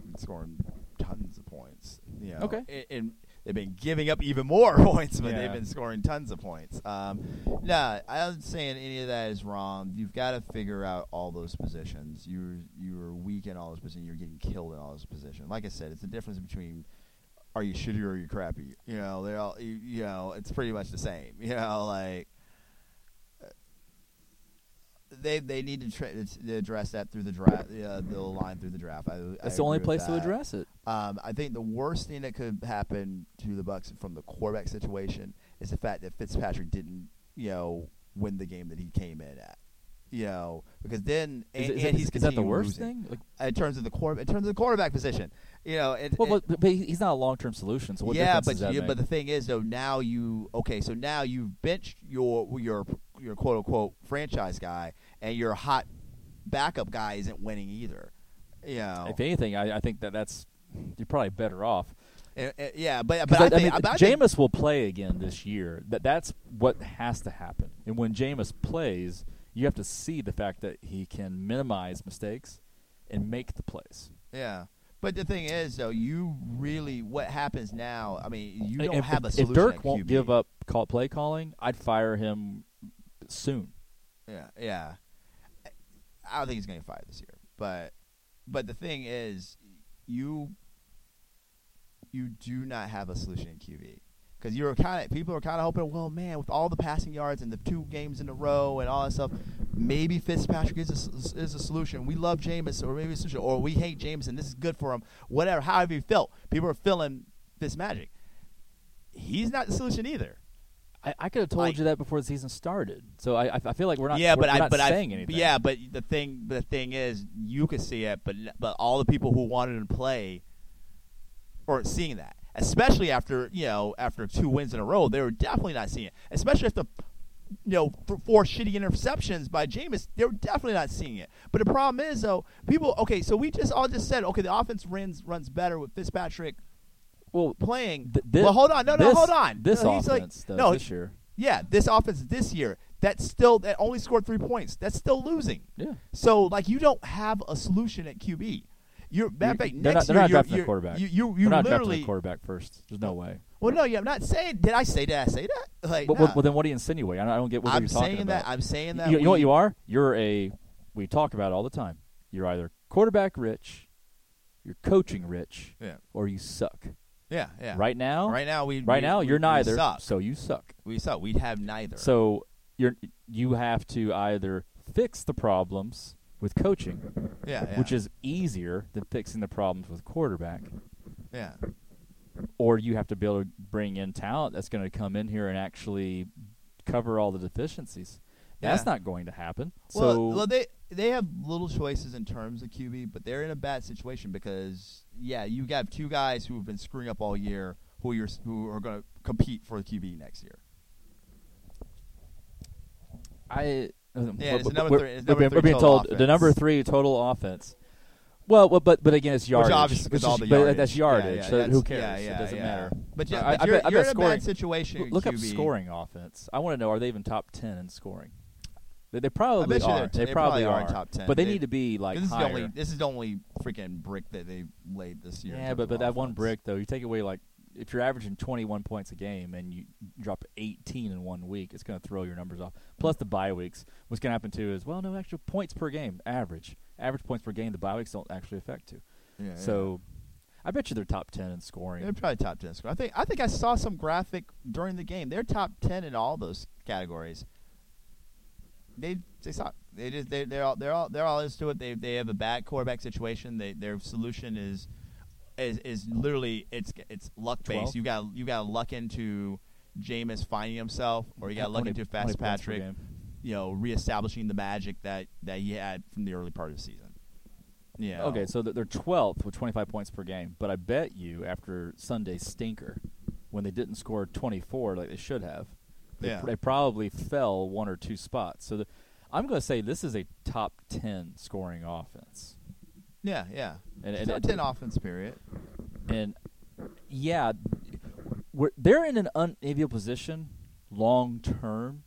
[SPEAKER 1] been scoring tons of points. You know,
[SPEAKER 2] Okay.
[SPEAKER 1] a- And, they've been giving up even more points, but they've
[SPEAKER 2] Yeah.
[SPEAKER 1] been scoring tons of points. Um, nah, I'm not saying any of that is wrong. You've got to figure out all those positions. You're you're weak in all those positions. You're getting killed in all those positions. Like I said, it's the difference between are you shitty or are you crappy. You know, they're all you, you know. It's pretty much the same. You know, like uh, they they need to, tra- to address that through the draft, uh, the line through the draft. I,
[SPEAKER 2] That's the only place to address it.
[SPEAKER 1] Um, I think the worst thing that could happen to the Bucks from the quarterback situation is the fact that Fitzpatrick didn't, you know, win the game that he came in at. You know, because then and,
[SPEAKER 2] Is, it- is,
[SPEAKER 1] and
[SPEAKER 2] it-
[SPEAKER 1] he's
[SPEAKER 2] is that the
[SPEAKER 1] continuing
[SPEAKER 2] worst
[SPEAKER 1] losing.
[SPEAKER 2] thing? Like,
[SPEAKER 1] in terms of the quarter in terms of the quarterback position. You know, it,
[SPEAKER 2] Well,
[SPEAKER 1] it-
[SPEAKER 2] but, but he- he's not a long-term solution. So what
[SPEAKER 1] eh, yeah,
[SPEAKER 2] difference
[SPEAKER 1] but
[SPEAKER 2] does that
[SPEAKER 1] you-
[SPEAKER 2] make?
[SPEAKER 1] but the thing is though, now you okay, so now you've benched your your your quote unquote franchise guy, and your hot backup guy isn't winning either. You know,
[SPEAKER 2] if anything, I, I think that that's you're probably better off.
[SPEAKER 1] And- and- Eh, yeah, but
[SPEAKER 2] 'Cause
[SPEAKER 1] but I, think,
[SPEAKER 2] mean,
[SPEAKER 1] but I think-
[SPEAKER 2] Jameis will play again this year. That that's what has to happen. And when Jameis plays, you have to see the fact that he can minimize mistakes and make the plays.
[SPEAKER 1] yeah. But the thing is, though, you really what happens now? I mean, you don't
[SPEAKER 2] if,
[SPEAKER 1] have a
[SPEAKER 2] if
[SPEAKER 1] solution.
[SPEAKER 2] Dirk
[SPEAKER 1] at
[SPEAKER 2] won't
[SPEAKER 1] QB.
[SPEAKER 2] give up call, play calling, I'd fire him soon.
[SPEAKER 1] yeah, yeah. I don't think he's going to get fired this year, but But the thing is, you you do not have a solution in QB because you were kind of people are kind of hoping, well, man, with all the passing yards and the two games in a row and all that stuff, maybe Fitzpatrick is a, s- is a solution. We love Jameis, or maybe a solution, or we hate Jameis and this is good for him. Whatever, however you felt, people are feeling Fitz magic. He's not the solution either.
[SPEAKER 2] I, I could have told
[SPEAKER 1] Like-
[SPEAKER 2] you that before the season started. So I, I- I feel like we're not.
[SPEAKER 1] yeah,
[SPEAKER 2] we're-
[SPEAKER 1] but
[SPEAKER 2] we're
[SPEAKER 1] I
[SPEAKER 2] not
[SPEAKER 1] but
[SPEAKER 2] saying
[SPEAKER 1] I
[SPEAKER 2] anything.
[SPEAKER 1] yeah, but the thing but the thing is, you could see it, but but all the people who wanted him to play are seeing that, especially after you know after two wins in a row, they were definitely not seeing it, especially after you know th- four shitty interceptions by Jameis, they were definitely not seeing it. But the problem is though, people okay, so we just all just said okay, the offense runs runs better with Fitzpatrick
[SPEAKER 2] Well,
[SPEAKER 1] playing.
[SPEAKER 2] th- thi-
[SPEAKER 1] well, hold on, no, no,
[SPEAKER 2] this-
[SPEAKER 1] hold on.
[SPEAKER 2] This
[SPEAKER 1] no, he's
[SPEAKER 2] offense,
[SPEAKER 1] like-
[SPEAKER 2] though,
[SPEAKER 1] no,
[SPEAKER 2] this year.
[SPEAKER 1] yeah, this offense this year that still that only scored three points. That's still losing.
[SPEAKER 2] Yeah.
[SPEAKER 1] So like you don't have a solution at QB. You're matter of fact
[SPEAKER 2] You're- they're
[SPEAKER 1] next
[SPEAKER 2] not, they're
[SPEAKER 1] year
[SPEAKER 2] not
[SPEAKER 1] you're-
[SPEAKER 2] drafting
[SPEAKER 1] you're-
[SPEAKER 2] a quarterback.
[SPEAKER 1] You you,
[SPEAKER 2] they're
[SPEAKER 1] you
[SPEAKER 2] not drafting
[SPEAKER 1] literally
[SPEAKER 2] a quarterback first. There's no way.
[SPEAKER 1] well no yeah I'm not saying did I say did I say that like
[SPEAKER 2] But,
[SPEAKER 1] nah.
[SPEAKER 2] well, then what do you insinuate? I don't, I don't get what
[SPEAKER 1] I'm
[SPEAKER 2] you're talking
[SPEAKER 1] saying
[SPEAKER 2] about.
[SPEAKER 1] that I'm saying that
[SPEAKER 2] you, you know what
[SPEAKER 1] we-
[SPEAKER 2] you are? You're a. We talk about it all the time. You're either quarterback rich, you're coaching rich,
[SPEAKER 1] yeah
[SPEAKER 2] or you suck.
[SPEAKER 1] yeah yeah
[SPEAKER 2] Right now,
[SPEAKER 1] right now we
[SPEAKER 2] right
[SPEAKER 1] we-
[SPEAKER 2] now
[SPEAKER 1] we-
[SPEAKER 2] you're neither.
[SPEAKER 1] we suck
[SPEAKER 2] So you suck.
[SPEAKER 1] we suck we have neither
[SPEAKER 2] So you're you have to either fix the problems with coaching,
[SPEAKER 1] yeah, yeah
[SPEAKER 2] which is easier than fixing the problems with quarterback,
[SPEAKER 1] yeah
[SPEAKER 2] or you have to be able to bring in talent that's going to come in here and actually cover all the deficiencies. That's
[SPEAKER 1] Yeah.
[SPEAKER 2] not going to happen.
[SPEAKER 1] Well,
[SPEAKER 2] so
[SPEAKER 1] well, they they have little choices in terms of QB, but they're in a bad situation because yeah, you have two guys who have been screwing up all year who you're s- who are going to compete for the QB next year.
[SPEAKER 2] I uh,
[SPEAKER 1] Yeah, it's
[SPEAKER 2] we're-
[SPEAKER 1] number
[SPEAKER 2] we're-
[SPEAKER 1] three- it's number
[SPEAKER 2] we're being-
[SPEAKER 1] three
[SPEAKER 2] we're being
[SPEAKER 1] total
[SPEAKER 2] told the number
[SPEAKER 1] offense.
[SPEAKER 2] three total offense. Well, well, but but again, it's yardage.
[SPEAKER 1] Which obviously,
[SPEAKER 2] which
[SPEAKER 1] is all
[SPEAKER 2] is-
[SPEAKER 1] the
[SPEAKER 2] but
[SPEAKER 1] yardage.
[SPEAKER 2] that's
[SPEAKER 1] Yeah,
[SPEAKER 2] yardage.
[SPEAKER 1] yeah,
[SPEAKER 2] so
[SPEAKER 1] that's-
[SPEAKER 2] who cares?
[SPEAKER 1] yeah, yeah,
[SPEAKER 2] it doesn't
[SPEAKER 1] yeah.
[SPEAKER 2] matter.
[SPEAKER 1] But
[SPEAKER 2] I-
[SPEAKER 1] yeah,
[SPEAKER 2] I-
[SPEAKER 1] but
[SPEAKER 2] I
[SPEAKER 1] you're,
[SPEAKER 2] bet- I
[SPEAKER 1] you're
[SPEAKER 2] bet
[SPEAKER 1] in a
[SPEAKER 2] scoring-
[SPEAKER 1] bad situation.
[SPEAKER 2] Look,
[SPEAKER 1] at
[SPEAKER 2] look up
[SPEAKER 1] QB.
[SPEAKER 2] scoring offense. I want to know are they even top ten in scoring? They, they
[SPEAKER 1] I
[SPEAKER 2] probably
[SPEAKER 1] bet you
[SPEAKER 2] are.
[SPEAKER 1] they're t- they
[SPEAKER 2] probably
[SPEAKER 1] probably are in top 10.
[SPEAKER 2] But they,
[SPEAKER 1] They-
[SPEAKER 2] need to be like
[SPEAKER 1] This is the
[SPEAKER 2] higher.
[SPEAKER 1] only this is the only freaking brick that they laid this year. in
[SPEAKER 2] yeah,
[SPEAKER 1] terms
[SPEAKER 2] but
[SPEAKER 1] of
[SPEAKER 2] but that one
[SPEAKER 1] offense.
[SPEAKER 2] brick though, you take away like if you're averaging 21 points a game and you drop 18 in one week, it's going to throw your numbers off. Plus the bye weeks. What's going to happen too is well, no actual points per game average. Average points per game. The bye weeks don't actually affect too.
[SPEAKER 1] Yeah, yeah.
[SPEAKER 2] So, I bet you they're top 10 in scoring.
[SPEAKER 1] They're probably top ten. score. I think I think I saw some graphic during the game. They're top ten in all those categories. They they suck. They just they they're all they're all they're all into it. They they have a bad quarterback situation. They their solution is is is literally it's it's luck based.
[SPEAKER 2] Twelve?
[SPEAKER 1] You got you got to luck into Jameis finding himself, or you got
[SPEAKER 2] How
[SPEAKER 1] to luck
[SPEAKER 2] many-
[SPEAKER 1] into
[SPEAKER 2] how many
[SPEAKER 1] Fast
[SPEAKER 2] points per
[SPEAKER 1] Patrick.
[SPEAKER 2] game?
[SPEAKER 1] You know, reestablishing the magic that that he had from the early part of the season. Yeah.
[SPEAKER 2] Okay, so they're they're 12th with 25 points per game, but I bet you after Sunday's stinker, when they didn't score 24 like they should have, they,
[SPEAKER 1] Yeah.
[SPEAKER 2] they probably fell one or two spots. So the, I'm going to say this is a top 10 scoring offense.
[SPEAKER 1] yeah, yeah.
[SPEAKER 2] And-
[SPEAKER 1] It's
[SPEAKER 2] and-
[SPEAKER 1] top ten offense period.
[SPEAKER 2] And yeah, we're, they're in an unenviable position long term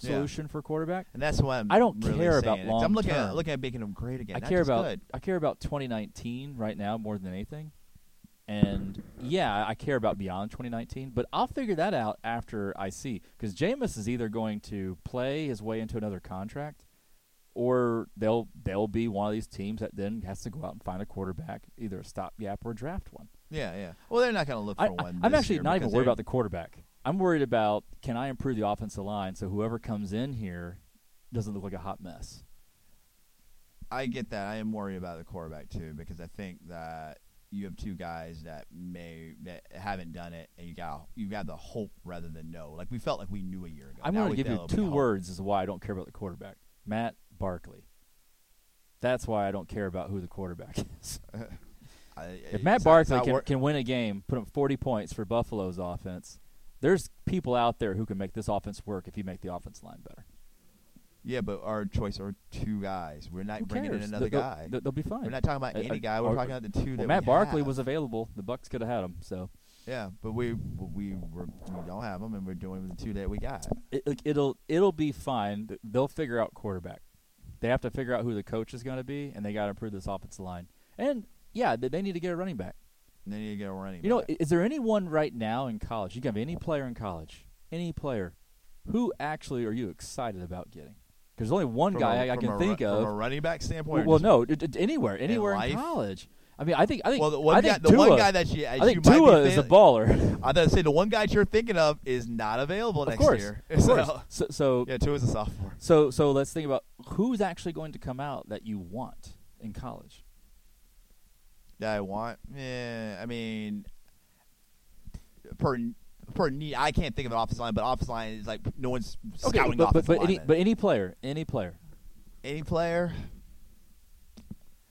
[SPEAKER 1] Yeah.
[SPEAKER 2] solution for quarterback.
[SPEAKER 1] And that's why I'm
[SPEAKER 2] I don't
[SPEAKER 1] really
[SPEAKER 2] care
[SPEAKER 1] saying
[SPEAKER 2] about
[SPEAKER 1] it, 'cause I'm looking
[SPEAKER 2] long-term.
[SPEAKER 1] at looking at making them great again.
[SPEAKER 2] I
[SPEAKER 1] not
[SPEAKER 2] care
[SPEAKER 1] just
[SPEAKER 2] about
[SPEAKER 1] good.
[SPEAKER 2] I care about 2019 right now more than anything, and yeah, I care about beyond 2019. But I'll figure that out after I see because Jameis is either going to play his way into another contract, or they'll they'll be one of these teams that then has to go out and find a quarterback, either a stopgap or draft one.
[SPEAKER 1] Yeah, yeah. Well, they're not going to look for
[SPEAKER 2] I,
[SPEAKER 1] one.
[SPEAKER 2] am
[SPEAKER 1] this
[SPEAKER 2] actually
[SPEAKER 1] year
[SPEAKER 2] not even
[SPEAKER 1] because
[SPEAKER 2] worried
[SPEAKER 1] they're-
[SPEAKER 2] about the quarterback. I'm worried about can I improve the offensive line so whoever comes in here doesn't look like a hot mess.
[SPEAKER 1] I get that. I am worried about the quarterback too because I think that you have two guys that may that haven't done it, and you got you got the hope rather than know. Like we felt like we knew a year ago.
[SPEAKER 2] I'm
[SPEAKER 1] Now
[SPEAKER 2] going
[SPEAKER 1] we
[SPEAKER 2] to give you
[SPEAKER 1] feel we
[SPEAKER 2] two
[SPEAKER 1] hope.
[SPEAKER 2] words as to why I don't care about the quarterback. Matt Barkley. That's why I don't care about who the quarterback is.
[SPEAKER 1] I-
[SPEAKER 2] If
[SPEAKER 1] it's
[SPEAKER 2] Matt
[SPEAKER 1] not- it's
[SPEAKER 2] Barkley
[SPEAKER 1] not
[SPEAKER 2] can,
[SPEAKER 1] wor-
[SPEAKER 2] can win a game, put up 40 points for Buffalo's offense, there's people out there who can make this offense work if you make the offense line better.
[SPEAKER 1] yeah, but our choice are two guys. We're not
[SPEAKER 2] Who
[SPEAKER 1] bringing
[SPEAKER 2] cares?
[SPEAKER 1] in another
[SPEAKER 2] They'll-
[SPEAKER 1] guy.
[SPEAKER 2] They'll, they'll be fine.
[SPEAKER 1] we're not talking about
[SPEAKER 2] Uh,
[SPEAKER 1] any
[SPEAKER 2] uh,
[SPEAKER 1] guy. We're
[SPEAKER 2] or-
[SPEAKER 1] talking about the two
[SPEAKER 2] Well,
[SPEAKER 1] that
[SPEAKER 2] Matt
[SPEAKER 1] we
[SPEAKER 2] Barkley
[SPEAKER 1] have.
[SPEAKER 2] was available. The Bucks could have had him. So
[SPEAKER 1] Yeah, but we we we're, we don't have him, and we're doing with the two that we got.
[SPEAKER 2] it, it- it'll it'll be fine. Th- They'll figure out quarterback. They have to figure out who the coach is going to be, and they got to improve this offensive line. And yeah, they- they need to get a running back.
[SPEAKER 1] And then you get a running.
[SPEAKER 2] You know,
[SPEAKER 1] back.
[SPEAKER 2] i- is there anyone right now in college? You can have any player in college, any player, who actually are you excited about getting? Because there's only one
[SPEAKER 1] From
[SPEAKER 2] guy
[SPEAKER 1] a-
[SPEAKER 2] I I
[SPEAKER 1] from
[SPEAKER 2] can
[SPEAKER 1] a
[SPEAKER 2] think
[SPEAKER 1] ru-
[SPEAKER 2] of.
[SPEAKER 1] From a running back standpoint. or
[SPEAKER 2] Well, well,
[SPEAKER 1] just-
[SPEAKER 2] no, d- d- anywhere, anywhere in,
[SPEAKER 1] life?
[SPEAKER 2] college. I mean, I think, I think,
[SPEAKER 1] Well, the one
[SPEAKER 2] I
[SPEAKER 1] guy,
[SPEAKER 2] think
[SPEAKER 1] the
[SPEAKER 2] Tua,
[SPEAKER 1] one guy that you,
[SPEAKER 2] I think
[SPEAKER 1] you might
[SPEAKER 2] Tua
[SPEAKER 1] be
[SPEAKER 2] is a
[SPEAKER 1] thinking-
[SPEAKER 2] baller.
[SPEAKER 1] I thought say the one guy you're thinking of is not available
[SPEAKER 2] of
[SPEAKER 1] next
[SPEAKER 2] course,
[SPEAKER 1] year.
[SPEAKER 2] of course.
[SPEAKER 1] So,
[SPEAKER 2] So, so,
[SPEAKER 1] yeah, Tua's a sophomore.
[SPEAKER 2] so, so let's think about who's actually going to come out that you want in college.
[SPEAKER 1] that I want. Yeah, I mean, per per need, I can't think of an offensive line, but offensive line is like no one's scouting
[SPEAKER 2] but but,
[SPEAKER 1] offensive
[SPEAKER 2] but any
[SPEAKER 1] linemen.
[SPEAKER 2] but any player, any player.
[SPEAKER 1] any player,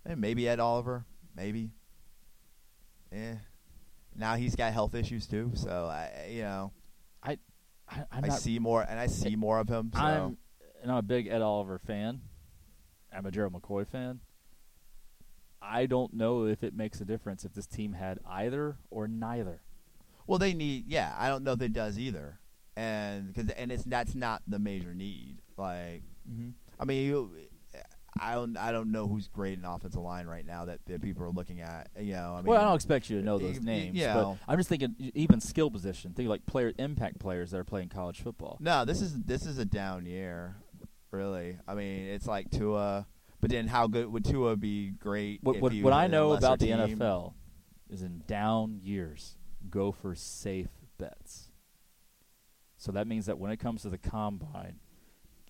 [SPEAKER 1] Eh, maybe Ed Oliver, maybe. Yeah, now he's got health issues too, so I you know
[SPEAKER 2] I, I'm
[SPEAKER 1] i
[SPEAKER 2] not.
[SPEAKER 1] see more and I see more of him. So.
[SPEAKER 2] I'm, and I'm a big Ed Oliver fan. I'm a Gerald McCoy fan. I don't know if it makes a difference if this team had either or neither.
[SPEAKER 1] Well, they need. Yeah, I don't know if it does either, and cause, and it's that's not the major need. Like,
[SPEAKER 2] Mm-hmm.
[SPEAKER 1] I mean, you, I don't I don't know who's great in offensive line right now that, that people are looking at. You know, I mean,
[SPEAKER 2] well, I don't expect you to know those
[SPEAKER 1] y- y-
[SPEAKER 2] names,
[SPEAKER 1] yeah.
[SPEAKER 2] but I'm just thinking e- even skill position. Think like player impact players that are playing college football.
[SPEAKER 1] no, this is this is a down year, really. I mean, it's like Tua, but then how good would Tua be? Great.
[SPEAKER 2] What
[SPEAKER 1] if
[SPEAKER 2] what,
[SPEAKER 1] he
[SPEAKER 2] what
[SPEAKER 1] was
[SPEAKER 2] I
[SPEAKER 1] in a
[SPEAKER 2] know
[SPEAKER 1] lesser
[SPEAKER 2] about the
[SPEAKER 1] team?
[SPEAKER 2] NFL is in down years, go for safe bets. So that means that when it comes to the combine,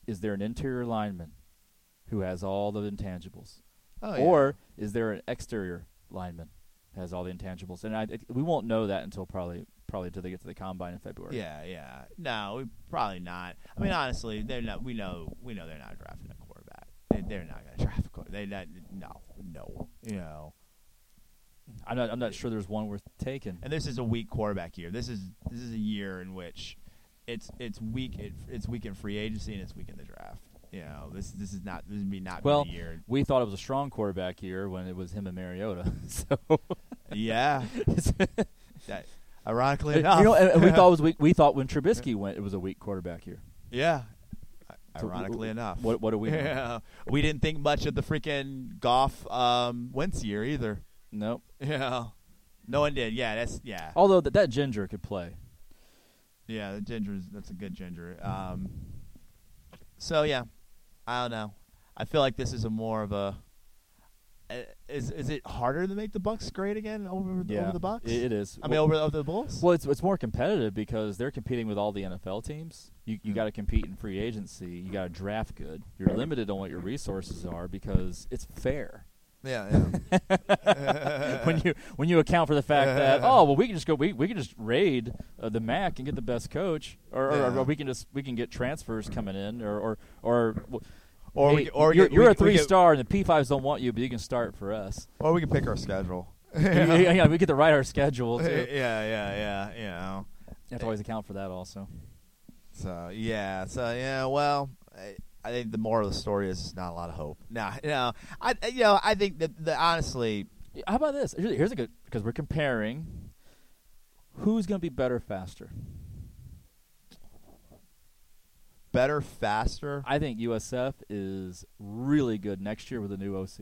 [SPEAKER 2] is there an interior lineman who has all the intangibles,
[SPEAKER 1] Oh, yeah.
[SPEAKER 2] or is there an exterior lineman that has all the intangibles? And I, it- we won't know that until probably probably until they get to the combine in February.
[SPEAKER 1] Yeah, yeah. No, we, probably not. I mean, honestly, they're not. We know. We know they're not drafting a quarterback. They, they're not going to draft a quarterback. They not. No, no. You know.
[SPEAKER 2] I'm not I'm not sure there's one worth taking.
[SPEAKER 1] And this is a weak quarterback year. This is this is a year in which it's it's weak. It, it's weak in free agency and it's weak in the draft. You know, this this is not this would be not
[SPEAKER 2] Well,
[SPEAKER 1] be a year.
[SPEAKER 2] we thought it was a strong quarterback year when it was him and Mariota. So
[SPEAKER 1] yeah. That, ironically
[SPEAKER 2] Uh, you
[SPEAKER 1] enough,
[SPEAKER 2] know, and, and we thought it was weak, we thought when Trubisky went, it was a weak quarterback year.
[SPEAKER 1] yeah.
[SPEAKER 2] So w-
[SPEAKER 1] Ironically
[SPEAKER 2] w-
[SPEAKER 1] enough,
[SPEAKER 2] what what are we? doing?
[SPEAKER 1] yeah, we didn't think much of the freaking golf um, Wentz year either.
[SPEAKER 2] Nope.
[SPEAKER 1] Yeah. No one did. Yeah, that's yeah.
[SPEAKER 2] Although that that ginger could play.
[SPEAKER 1] Yeah, the ginger's that's a good ginger. Um So yeah. I don't know. I feel like this is a more of a i- is is it harder to make the Bucks great again over the, over the Bucks?
[SPEAKER 2] It- it is.
[SPEAKER 1] I mean
[SPEAKER 2] well,
[SPEAKER 1] over over the Bulls?
[SPEAKER 2] well, it's it's more competitive because they're competing with all the NFL teams. You you
[SPEAKER 1] Mhm.
[SPEAKER 2] got to compete in free agency. You got to draft good. You're limited on what your resources are because it's fair.
[SPEAKER 1] yeah, yeah.
[SPEAKER 2] when you when you account for the fact that oh well we can just go we, we can just raid uh, the MAC and get the best coach or, or,
[SPEAKER 1] Yeah.
[SPEAKER 2] or we can just we can get transfers coming in or or or, w-
[SPEAKER 1] Or we
[SPEAKER 2] hey,
[SPEAKER 1] could- or we
[SPEAKER 2] you're,
[SPEAKER 1] could-
[SPEAKER 2] you're
[SPEAKER 1] we
[SPEAKER 2] a
[SPEAKER 1] could- we
[SPEAKER 2] three
[SPEAKER 1] could-
[SPEAKER 2] star and the P fives don't want you but you can start for us
[SPEAKER 1] or we can pick our schedule.
[SPEAKER 2] yeah. yeah, we get to write our schedule
[SPEAKER 1] yeah,
[SPEAKER 2] too
[SPEAKER 1] yeah, yeah, you know.
[SPEAKER 2] you have to always account for that also
[SPEAKER 1] So yeah, so yeah. Well, I, I think the moral of the story is there's not a lot of hope. Nah, you know, I I- you know I think that the honestly,
[SPEAKER 2] Yeah, how about this here's here's a good because we're comparing who's going to be better faster
[SPEAKER 1] better faster.
[SPEAKER 2] I think USF is really good next year with a new OC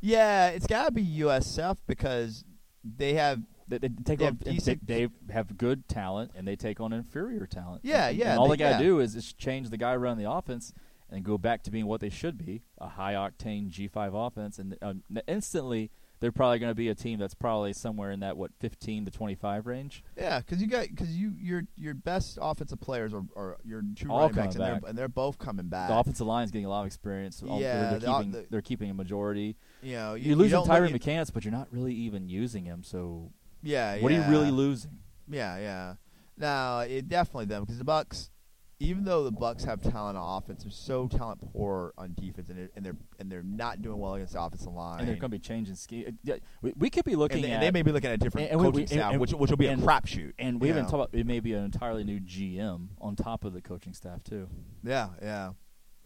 [SPEAKER 1] Yeah, it's got to be USF because they have.
[SPEAKER 2] They, they take
[SPEAKER 1] They
[SPEAKER 2] on,
[SPEAKER 1] have
[SPEAKER 2] and they,
[SPEAKER 1] decent-
[SPEAKER 2] they have good talent and they take on inferior talent.
[SPEAKER 1] Yeah,
[SPEAKER 2] And-
[SPEAKER 1] yeah,
[SPEAKER 2] And all
[SPEAKER 1] they-
[SPEAKER 2] they, gotta
[SPEAKER 1] yeah.
[SPEAKER 2] do is, is change the guy around the offense and go back to being what they should be, a high octane G five offense, and um, n- instantly they're probably gonna be a team that's probably somewhere in that what fifteen to twenty five range.
[SPEAKER 1] Yeah, because you got because you your your best offensive players are, are your two
[SPEAKER 2] All
[SPEAKER 1] running backs,
[SPEAKER 2] coming
[SPEAKER 1] and
[SPEAKER 2] back.
[SPEAKER 1] they're and they're both coming back.
[SPEAKER 2] The offensive line's getting a lot of experience. so all- they're-
[SPEAKER 1] Uh, Yeah,
[SPEAKER 2] they're,
[SPEAKER 1] the o-
[SPEAKER 2] keeping,
[SPEAKER 1] the-
[SPEAKER 2] they're keeping a majority.
[SPEAKER 1] you know, you,
[SPEAKER 2] You're
[SPEAKER 1] you
[SPEAKER 2] losing
[SPEAKER 1] don't look
[SPEAKER 2] Tyree
[SPEAKER 1] at-
[SPEAKER 2] McCants, but you're not really even using him. So
[SPEAKER 1] Yeah,
[SPEAKER 2] what are you really
[SPEAKER 1] yeah.
[SPEAKER 2] losing?
[SPEAKER 1] Yeah, yeah. No, it definitely them because the Bucks, even though the Bucks have talent on offense, they're so talent poor on defense, and they're and they're, and they're not doing well against the offensive line.
[SPEAKER 2] And they're going to be changing scheme. We, we could be looking
[SPEAKER 1] and they,
[SPEAKER 2] at
[SPEAKER 1] and they may be looking at a different
[SPEAKER 2] and- and we-
[SPEAKER 1] coaching
[SPEAKER 2] we-
[SPEAKER 1] staff,
[SPEAKER 2] and-
[SPEAKER 1] which which will be
[SPEAKER 2] and-
[SPEAKER 1] a crapshoot.
[SPEAKER 2] And we
[SPEAKER 1] you
[SPEAKER 2] haven't
[SPEAKER 1] know?
[SPEAKER 2] talked about it may be an entirely new GM on top of the coaching staff too.
[SPEAKER 1] Yeah, yeah.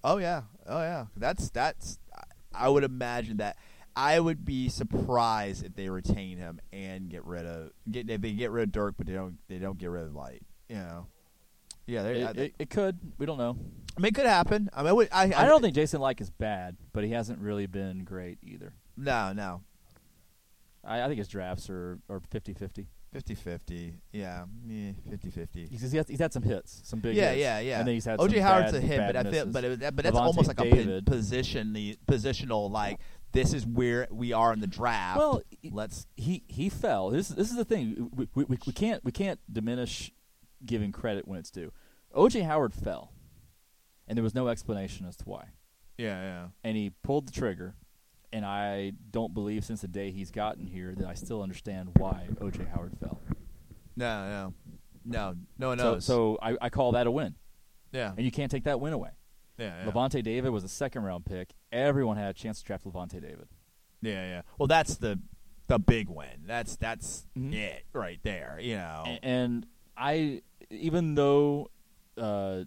[SPEAKER 1] Oh yeah, oh yeah. That's that's. I- I would imagine that. I would be surprised if they retain him and get rid of get if they get rid of Dirk, but they don't they don't get rid of Light. You know. Yeah, they, I,
[SPEAKER 2] It, it, it could. We don't know.
[SPEAKER 1] I mean, it could happen. I mean, I would- I,
[SPEAKER 2] I don't think Jason Like is bad, but he hasn't really been great either.
[SPEAKER 1] No, no.
[SPEAKER 2] I, I think his drafts are, are 50-50.
[SPEAKER 1] 50-50. Yeah, yeah 50-50.
[SPEAKER 2] He's, he's, had, he's had some hits, some big
[SPEAKER 1] yeah,
[SPEAKER 2] hits.
[SPEAKER 1] yeah, yeah.
[SPEAKER 2] And then he's had
[SPEAKER 1] OJ
[SPEAKER 2] some
[SPEAKER 1] Howard's
[SPEAKER 2] bad,
[SPEAKER 1] a hit,
[SPEAKER 2] bad
[SPEAKER 1] but I feel,
[SPEAKER 2] misses.
[SPEAKER 1] but it, that- but that's
[SPEAKER 2] Vontae
[SPEAKER 1] almost like a
[SPEAKER 2] David.
[SPEAKER 1] po- position the positional like this is where we are in the draft.
[SPEAKER 2] Well, y-
[SPEAKER 1] let's
[SPEAKER 2] he he fell. This this is the thing. We, we, we, we can't we can't diminish giving credit when it's due. OJ Howard fell, and there was no explanation as to why.
[SPEAKER 1] yeah yeah
[SPEAKER 2] And he pulled the trigger, and I don't believe since the day he's gotten here that I still understand why OJ Howard fell.
[SPEAKER 1] no no no no one
[SPEAKER 2] So,
[SPEAKER 1] knows.
[SPEAKER 2] so I, I call that a win,
[SPEAKER 1] yeah
[SPEAKER 2] and you can't take that win away.
[SPEAKER 1] yeah yeah.
[SPEAKER 2] Levante David was a second round pick. Everyone had a chance to draft Levante David.
[SPEAKER 1] yeah yeah. Well, that's the the big win. That's that's
[SPEAKER 2] Mhm.
[SPEAKER 1] it right there. You know.
[SPEAKER 2] A- and I, even though, uh,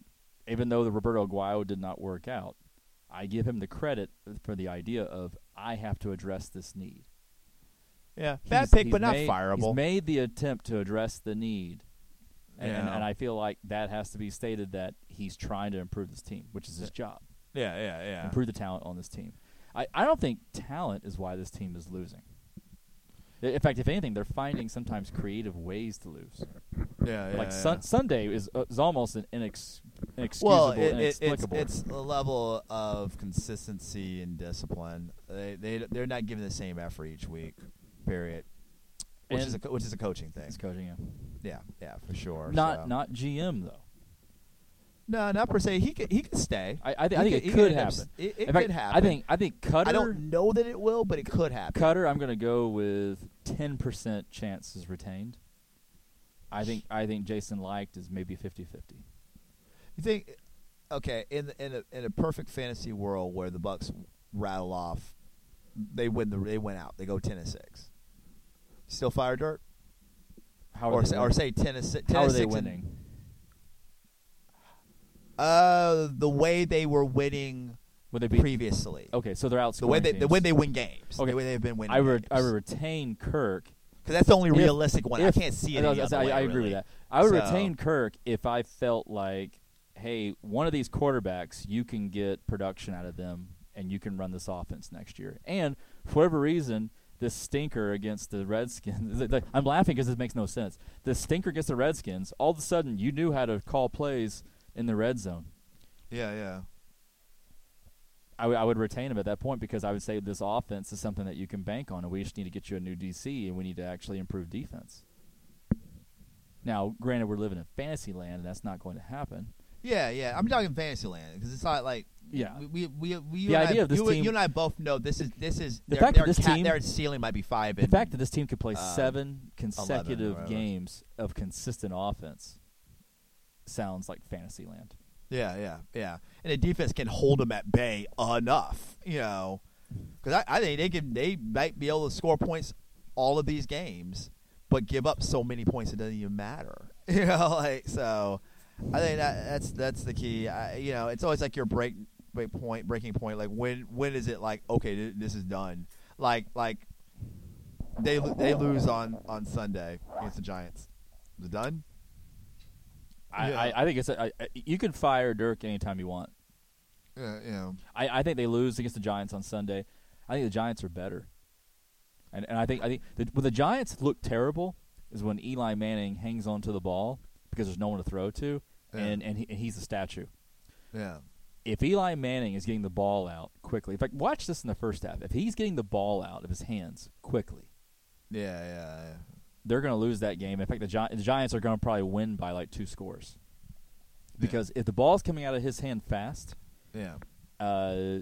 [SPEAKER 2] even though the Roberto Aguayo did not work out, I give him the credit for the idea of I have to address this need.
[SPEAKER 1] yeah, bad
[SPEAKER 2] He's-
[SPEAKER 1] pick,
[SPEAKER 2] he's
[SPEAKER 1] but not
[SPEAKER 2] made-
[SPEAKER 1] fireable.
[SPEAKER 2] He's made the attempt to address the need, and, and,
[SPEAKER 1] Yeah.
[SPEAKER 2] and I feel like that has to be stated that he's trying to improve this team, which is his job,
[SPEAKER 1] yeah yeah yeah.
[SPEAKER 2] improve the talent on this team. I, I don't think talent is why this team is losing. I- In fact, if anything, they're finding sometimes creative ways to lose
[SPEAKER 1] yeah yeah.
[SPEAKER 2] like
[SPEAKER 1] yeah.
[SPEAKER 2] Sun- Sunday is uh, is almost an inex- inexcusable,
[SPEAKER 1] well, it, it, it's
[SPEAKER 2] inexplicable.
[SPEAKER 1] it's a level of consistency and discipline. They they they're not giving the same effort each week. Period. Which is a
[SPEAKER 2] And-
[SPEAKER 1] co- which is a coaching thing.
[SPEAKER 2] It's coaching him.
[SPEAKER 1] Yeah, yeah, for sure.
[SPEAKER 2] Not
[SPEAKER 1] so.
[SPEAKER 2] not GM though.
[SPEAKER 1] no, not per se. He could he could stay.
[SPEAKER 2] I I, thi- I
[SPEAKER 1] He
[SPEAKER 2] think
[SPEAKER 1] could- he
[SPEAKER 2] it could
[SPEAKER 1] could end up
[SPEAKER 2] happen.
[SPEAKER 1] s- it- it
[SPEAKER 2] In fact,
[SPEAKER 1] could
[SPEAKER 2] I
[SPEAKER 1] happen.
[SPEAKER 2] think I think Cutter.
[SPEAKER 1] I don't know that it will, but it could happen.
[SPEAKER 2] Cutter. I'm going to go with ten percent chances retained. I think I think Jason liked is maybe 50-50.
[SPEAKER 1] You think? Okay, in in a in a perfect fantasy world where the Bucks rattle off, they win the they win out. They go ten and six. Still fire dirt,
[SPEAKER 2] How are
[SPEAKER 1] or
[SPEAKER 2] they
[SPEAKER 1] say, or
[SPEAKER 2] winning?
[SPEAKER 1] say ten and six. 10
[SPEAKER 2] how
[SPEAKER 1] and
[SPEAKER 2] are they
[SPEAKER 1] six and-
[SPEAKER 2] winning?
[SPEAKER 1] Uh, the way they were winning
[SPEAKER 2] Would they be
[SPEAKER 1] previously.
[SPEAKER 2] okay? So they're outscoring
[SPEAKER 1] The way they the
[SPEAKER 2] teams.
[SPEAKER 1] way they win games.
[SPEAKER 2] Okay.
[SPEAKER 1] The way they've been winning.
[SPEAKER 2] I would I
[SPEAKER 1] games.
[SPEAKER 2] would retain Kirk
[SPEAKER 1] Because that's the only
[SPEAKER 2] If-
[SPEAKER 1] realistic one. I
[SPEAKER 2] if-
[SPEAKER 1] can't see it.
[SPEAKER 2] I,
[SPEAKER 1] any
[SPEAKER 2] I-
[SPEAKER 1] other
[SPEAKER 2] I-
[SPEAKER 1] way,
[SPEAKER 2] I agree
[SPEAKER 1] really.
[SPEAKER 2] with that. I would
[SPEAKER 1] So-
[SPEAKER 2] retain Kirk if I felt like, hey, one of these quarterbacks, you can get production out of them, and you can run this offense next year. And for whatever reason, this stinker against the Redskins. the- the- I'm laughing because this makes no sense. The stinker against the Redskins. All of a sudden, you knew how to call plays in the red zone.
[SPEAKER 1] Yeah, yeah.
[SPEAKER 2] I would- I would retain him at that point because I would say this offense is something that you can bank on, and we just need to get you a new DC, and we need to actually improve defense. Now, granted, we're living in fantasy land, and that's not going to happen.
[SPEAKER 1] Yeah, yeah. I'm talking Fantasyland because it's not like
[SPEAKER 2] Yeah.
[SPEAKER 1] We we, we, we you
[SPEAKER 2] The
[SPEAKER 1] and
[SPEAKER 2] idea
[SPEAKER 1] I,
[SPEAKER 2] of this
[SPEAKER 1] you,
[SPEAKER 2] team-
[SPEAKER 1] you and I both know this is this is
[SPEAKER 2] The
[SPEAKER 1] their,
[SPEAKER 2] fact that
[SPEAKER 1] their
[SPEAKER 2] this
[SPEAKER 1] cap-
[SPEAKER 2] team-
[SPEAKER 1] their ceiling might be five.
[SPEAKER 2] The
[SPEAKER 1] And,
[SPEAKER 2] fact that this team could play
[SPEAKER 1] um,
[SPEAKER 2] seven
[SPEAKER 1] 11 or
[SPEAKER 2] consecutive
[SPEAKER 1] whatever.
[SPEAKER 2] games of consistent offense sounds like fantasy land.
[SPEAKER 1] yeah, yeah, yeah, and the defense can hold them at bay enough, you know, because I, I think they can they might be able to score points all of these games, but give up so many points it doesn't even matter, you know, like so. I think that, that's that's the key. I, you know, it's always like your break, break point, breaking point. Like when when is it like okay, th- this is done? Like like they lo- they lose on on Sunday against the Giants. Is it done?
[SPEAKER 2] I,
[SPEAKER 1] Yeah.
[SPEAKER 2] I, I think it's a, I, I- you can fire Dirk anytime you want.
[SPEAKER 1] Yeah, yeah.
[SPEAKER 2] I, I think they lose against the Giants on Sunday. I think the Giants are better. And and I think I think the, when the Giants look terrible is when Eli Manning hangs onto the ball because there's no one to throw to,
[SPEAKER 1] Yeah.
[SPEAKER 2] and and, he, and he's a statue.
[SPEAKER 1] Yeah.
[SPEAKER 2] If Eli Manning is getting the ball out quickly, in fact, watch this in the first half. If he's getting the ball out of his hands quickly,
[SPEAKER 1] Yeah, yeah, yeah.
[SPEAKER 2] they're going to lose that game. In fact, the, Gi- the Giants are going to probably win by like two scores because if the ball's coming out of his hand fast,
[SPEAKER 1] Yeah.
[SPEAKER 2] uh,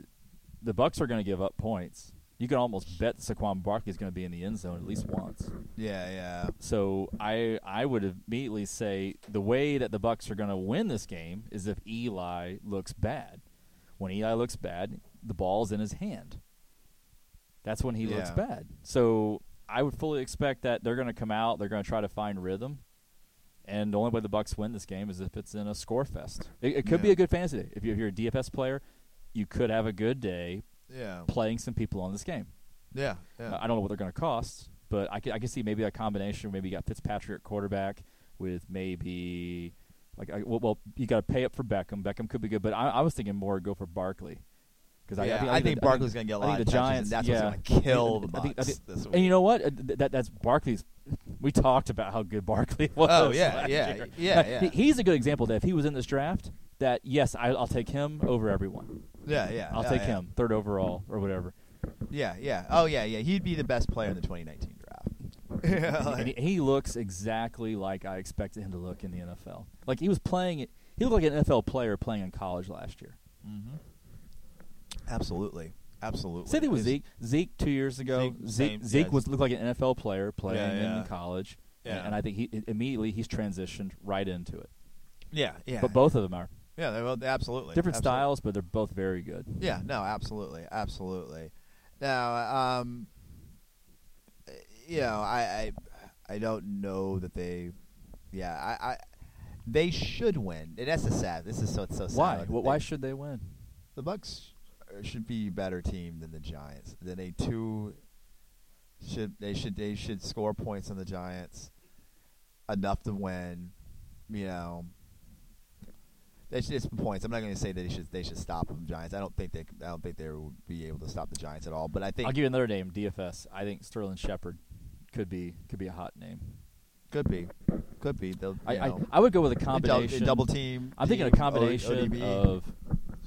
[SPEAKER 2] the Bucks are going to give up points. You can almost bet Saquon Barkley is going to be in the end zone at least once.
[SPEAKER 1] Yeah, yeah.
[SPEAKER 2] So I I would immediately say the way that the Bucks are going to win this game is if Eli looks bad. When Eli looks bad, the ball's in his hand. That's when he looks
[SPEAKER 1] Yeah.
[SPEAKER 2] bad. So I would fully expect that they're going to come out, they're going to try to find rhythm. And the only way the Bucks win this game is if it's in a score fest. It, it could be
[SPEAKER 1] Yeah.
[SPEAKER 2] a good fantasy day. If you're, if you're a DFS player, you could have a good day
[SPEAKER 1] Yeah.
[SPEAKER 2] playing some people on this game.
[SPEAKER 1] Yeah.
[SPEAKER 2] Uh, I don't know what they're going to cost, but I can, I can see maybe a combination. Maybe you got Fitzpatrick at quarterback with maybe like I, well, well you got to pay up for Beckham. Beckham could be good, but I, I was thinking more go for Barkley because
[SPEAKER 1] yeah,
[SPEAKER 2] I, I think, the- I
[SPEAKER 1] Barkley's going to get a
[SPEAKER 2] I
[SPEAKER 1] lot
[SPEAKER 2] think
[SPEAKER 1] of
[SPEAKER 2] the
[SPEAKER 1] touches,
[SPEAKER 2] Giants-
[SPEAKER 1] and that's
[SPEAKER 2] yeah.
[SPEAKER 1] what's going to kill the
[SPEAKER 2] I think- I
[SPEAKER 1] Bucks
[SPEAKER 2] think-
[SPEAKER 1] this week.
[SPEAKER 2] and you know what? Uh, th- That that's Barkley's We talked about how good Barkley was.
[SPEAKER 1] Oh, yeah,
[SPEAKER 2] last
[SPEAKER 1] yeah,
[SPEAKER 2] year.
[SPEAKER 1] yeah,
[SPEAKER 2] Like,
[SPEAKER 1] yeah.
[SPEAKER 2] he- He's a good example that if he was in this draft, that yes, I, I'll take him over everyone.
[SPEAKER 1] Yeah, yeah.
[SPEAKER 2] I'll
[SPEAKER 1] oh,
[SPEAKER 2] take
[SPEAKER 1] yeah.
[SPEAKER 2] him third overall or whatever.
[SPEAKER 1] Yeah, yeah. Oh, yeah, yeah. He'd be the best player in the 2019 draft. Yeah,
[SPEAKER 2] And he,
[SPEAKER 1] like-
[SPEAKER 2] he looks exactly like I expected him to look in the NFL. Like he was playing it. He looked like an NFL player playing in college last year.
[SPEAKER 1] Mhm. Absolutely, absolutely.
[SPEAKER 2] Same thing with
[SPEAKER 1] It's-
[SPEAKER 2] Zeke. Zeke two years ago,
[SPEAKER 1] Zeke,
[SPEAKER 2] Zeke,
[SPEAKER 1] same,
[SPEAKER 2] Zeke
[SPEAKER 1] yes.
[SPEAKER 2] was looked like an NFL player playing
[SPEAKER 1] yeah.
[SPEAKER 2] in college,
[SPEAKER 1] Yeah.
[SPEAKER 2] and, and I think he i- immediately he's transitioned right into it.
[SPEAKER 1] Yeah, yeah.
[SPEAKER 2] But both of them are
[SPEAKER 1] Yeah, they're both absolutely
[SPEAKER 2] different
[SPEAKER 1] absolutely.
[SPEAKER 2] styles, but they're both very good.
[SPEAKER 1] Yeah, no, absolutely, absolutely. Now, um, you know, I, I, I don't know that they, yeah, I, I, they should win, and that's the sad. This is so it's so sad.
[SPEAKER 2] Why?
[SPEAKER 1] that
[SPEAKER 2] Wh- why
[SPEAKER 1] they-
[SPEAKER 2] should they win?
[SPEAKER 1] the Bucks should be a better team than the Giants? Then a two should they should they should score points on the Giants enough to win. You know, they should it's points. I'm not going to say that they should they should stop them Giants. I don't think they I don't think they would be able to stop the Giants at all. But I think
[SPEAKER 2] I'll give you another name. DFS. I think Sterling Shepard could be could be a hot name.
[SPEAKER 1] could be could be they'll you
[SPEAKER 2] I, I,
[SPEAKER 1] know,
[SPEAKER 2] I would go with a
[SPEAKER 1] they dou- they
[SPEAKER 2] combination.
[SPEAKER 1] double team.
[SPEAKER 2] I'm thinking a
[SPEAKER 1] team, O-
[SPEAKER 2] combination
[SPEAKER 1] ODB,
[SPEAKER 2] of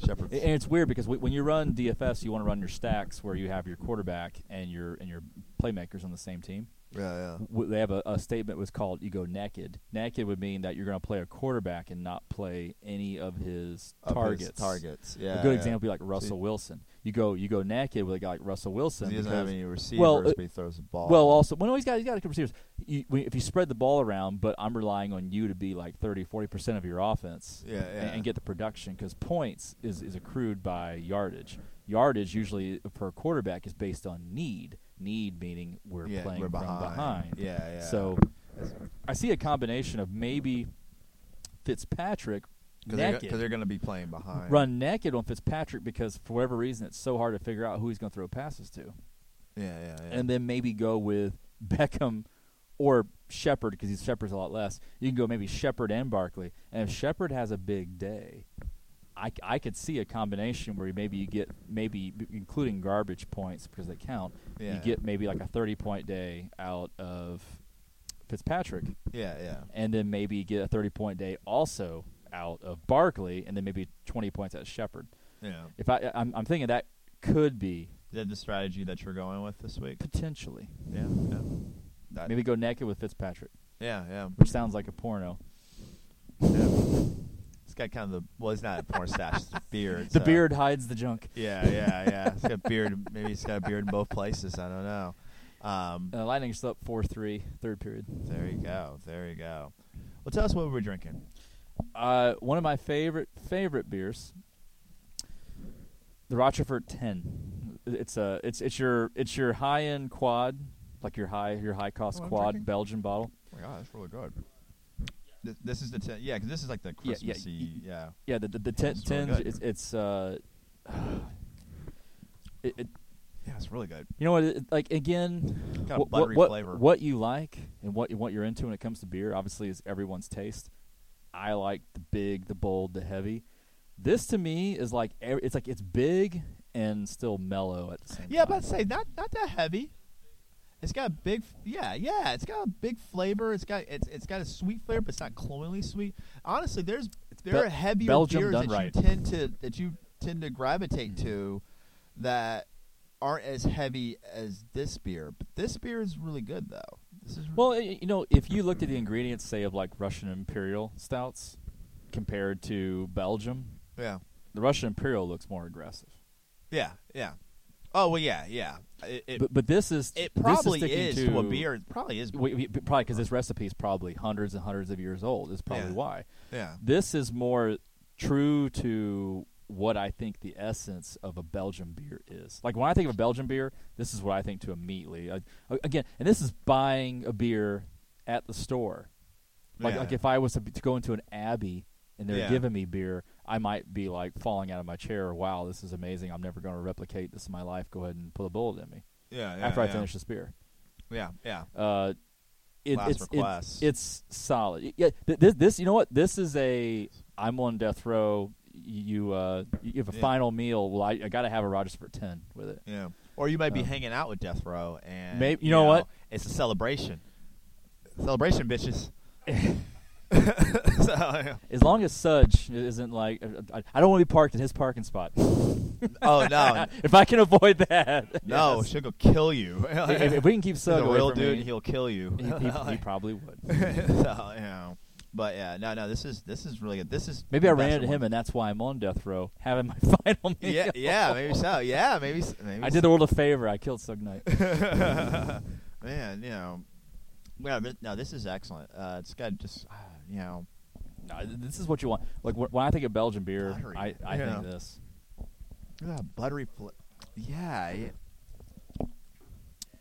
[SPEAKER 1] Shepard.
[SPEAKER 2] And it's weird because wh- when you run DFS, you want to run your stacks where you have your quarterback and your and your playmakers on the same team.
[SPEAKER 1] yeah, yeah.
[SPEAKER 2] W- They have a, a statement was called "you go naked." Naked would mean that you're going to play a quarterback and not play any of his
[SPEAKER 1] Of his
[SPEAKER 2] targets.
[SPEAKER 1] Targets. Yeah.
[SPEAKER 2] A good
[SPEAKER 1] yeah.
[SPEAKER 2] example would be like Russell Wilson. You go you go naked with a guy like Russell Wilson.
[SPEAKER 1] He doesn't
[SPEAKER 2] because-
[SPEAKER 1] have any receivers,
[SPEAKER 2] well, uh,
[SPEAKER 1] but he throws the ball.
[SPEAKER 2] well, also, well, no, he's got he's got a couple receivers. You, when, if you spread the ball around, but I'm relying on you to be like 30, 40 percent of your offense,
[SPEAKER 1] Yeah,
[SPEAKER 2] and,
[SPEAKER 1] yeah.
[SPEAKER 2] and get the production because points is is accrued by yardage. Yardage usually for a quarterback is based on need. Need meaning we're
[SPEAKER 1] Yeah,
[SPEAKER 2] playing
[SPEAKER 1] we're
[SPEAKER 2] from behind.
[SPEAKER 1] Yeah, yeah.
[SPEAKER 2] So I see a combination of maybe Fitzpatrick
[SPEAKER 1] because they're,
[SPEAKER 2] naked.
[SPEAKER 1] go- 'cause they're going to be playing behind.
[SPEAKER 2] Run naked on Fitzpatrick because for whatever reason it's so hard to figure out who he's going to throw passes to.
[SPEAKER 1] Yeah, yeah, yeah.
[SPEAKER 2] and then maybe go with Beckham or Shepard because he's Shepard's a lot less. You can go maybe Shepard and Barkley, and if Shepard has a big day, I, c- I could see a combination where maybe you get maybe b- including garbage points because they count.
[SPEAKER 1] Yeah.
[SPEAKER 2] You get maybe like a thirty point day out of Fitzpatrick,
[SPEAKER 1] yeah, yeah,
[SPEAKER 2] and then maybe get a thirty point day also out of Barkley, and then maybe twenty points out of Shepard.
[SPEAKER 1] yeah.
[SPEAKER 2] If I I'm, I'm thinking that could be
[SPEAKER 1] Is that the strategy that you're going with this week?
[SPEAKER 2] potentially
[SPEAKER 1] Yeah, yeah. That-
[SPEAKER 2] maybe go naked with Fitzpatrick.
[SPEAKER 1] Yeah, yeah.
[SPEAKER 2] which sounds like a porno.
[SPEAKER 1] yeah. It's got kind of the well, it's not a porn stash. It's a beard.
[SPEAKER 2] The
[SPEAKER 1] so-
[SPEAKER 2] beard hides the junk.
[SPEAKER 1] Yeah, yeah, yeah. It's got beard. Maybe it's got a beard in both places. I don't know. Um,
[SPEAKER 2] Uh, lightning slept 4 3, third period.
[SPEAKER 1] there you go. There you go. Well, tell us what we were drinking. Oh
[SPEAKER 2] Uh, one of my favorite, favorite beers, the Rochefort 10. It's a, it's, it's your, it's your high end quad, like your high, your high cost
[SPEAKER 1] Oh, I'm
[SPEAKER 2] quad
[SPEAKER 1] drinking.
[SPEAKER 2] Belgian bottle.
[SPEAKER 1] Oh my god, that's really good. This, this is the ten, yeah, because this is like the
[SPEAKER 2] Yeah, yeah,
[SPEAKER 1] Christmassy.
[SPEAKER 2] y-
[SPEAKER 1] yeah.
[SPEAKER 2] Yeah, the, the, the ten,
[SPEAKER 1] It's really
[SPEAKER 2] tens,
[SPEAKER 1] good.
[SPEAKER 2] it's, it's, uh, it, it,
[SPEAKER 1] Yeah, it's really good.
[SPEAKER 2] You know what? it- Like again,
[SPEAKER 1] Got a
[SPEAKER 2] what,
[SPEAKER 1] buttery
[SPEAKER 2] what,
[SPEAKER 1] flavor.
[SPEAKER 2] what you like and what you, what you're into when it comes to beer, obviously, is everyone's taste. I like the big, the bold, the heavy. This to me is like ev- it's like it's big and still mellow at the same
[SPEAKER 1] Yeah,
[SPEAKER 2] time.
[SPEAKER 1] but say not not that heavy. It's got a big, yeah, yeah. It's got a big flavor. It's got it's it's got a sweet flavor, but it's not cloyingly sweet. Honestly, there's there
[SPEAKER 2] Be-
[SPEAKER 1] are heavier
[SPEAKER 2] Belgium
[SPEAKER 1] beers
[SPEAKER 2] done
[SPEAKER 1] that
[SPEAKER 2] right.
[SPEAKER 1] you tend to that you tend to gravitate to that aren't as heavy as this beer. But this beer is really good though. This is
[SPEAKER 2] well, y- you know, if you looked at the ingredients, say of like Russian imperial stouts compared to Belgium,
[SPEAKER 1] yeah,
[SPEAKER 2] the Russian imperial looks more aggressive.
[SPEAKER 1] yeah, yeah. Oh well, yeah, yeah. It it,
[SPEAKER 2] but but this is
[SPEAKER 1] it
[SPEAKER 2] this
[SPEAKER 1] probably
[SPEAKER 2] is, sticking
[SPEAKER 1] is to a
[SPEAKER 2] to-
[SPEAKER 1] beer. It probably is.
[SPEAKER 2] we, we, probably because this recipe is probably hundreds and hundreds of years old is probably
[SPEAKER 1] Yeah.
[SPEAKER 2] why
[SPEAKER 1] Yeah,
[SPEAKER 2] this is more true to what i think the essence of a belgian beer is like when i think of a belgian beer this is what i think to immediately I, again and this is buying a beer at the store like,
[SPEAKER 1] Yeah.
[SPEAKER 2] like if i was to, be- to go into an abbey and they're
[SPEAKER 1] Yeah.
[SPEAKER 2] giving me beer i might be like falling out of my chair wow this is amazing i'm never going to replicate this in my life go ahead and pull a bullet in me
[SPEAKER 1] yeah.
[SPEAKER 2] after i finish this beer
[SPEAKER 1] Yeah, yeah.
[SPEAKER 2] uh, it,
[SPEAKER 1] Class
[SPEAKER 2] it's,
[SPEAKER 1] for
[SPEAKER 2] it's-
[SPEAKER 1] class.
[SPEAKER 2] It's, solid. Y- Yeah, th- this, this, you know what? This is a I'm on death row. y- You, uh, you have a
[SPEAKER 1] Yeah.
[SPEAKER 2] final meal. Well, I, I got to have a Rogers for ten with it.
[SPEAKER 1] Yeah. Or you might be
[SPEAKER 2] Um,
[SPEAKER 1] hanging out with Death Row, and
[SPEAKER 2] May- you know what?
[SPEAKER 1] It's a celebration. Celebration, bitches. so, yeah.
[SPEAKER 2] As long as Suge isn't like, uh, I, I don't want to be parked in his parking spot.
[SPEAKER 1] Oh no,
[SPEAKER 2] if I can avoid that,
[SPEAKER 1] no,
[SPEAKER 2] yes.
[SPEAKER 1] she'll go kill you.
[SPEAKER 2] if, if we can keep
[SPEAKER 1] He's
[SPEAKER 2] Suge
[SPEAKER 1] a
[SPEAKER 2] away
[SPEAKER 1] real
[SPEAKER 2] from
[SPEAKER 1] dude,
[SPEAKER 2] me,
[SPEAKER 1] he'll kill you.
[SPEAKER 2] he, he- he probably would.
[SPEAKER 1] so, you know. But yeah, no, no, this is this is really good. This is
[SPEAKER 2] Maybe I
[SPEAKER 1] the
[SPEAKER 2] ran
[SPEAKER 1] best
[SPEAKER 2] into
[SPEAKER 1] one.
[SPEAKER 2] him, and that's why I'm on death row, having my final meal.
[SPEAKER 1] yeah, yeah, maybe so. Yeah, maybe. s- maybe
[SPEAKER 2] I did the world a favor. I killed Suge Knight.
[SPEAKER 1] the. Man, you know, yeah, but, no, this is excellent. Uh, it's got just, uh, you know,
[SPEAKER 2] No, th- this is what you want. Like wh- when I think of Belgian beer,
[SPEAKER 1] Buttery.
[SPEAKER 2] I, I
[SPEAKER 1] Yeah.
[SPEAKER 2] think this.
[SPEAKER 1] look at that buttery. Fl- yeah, it-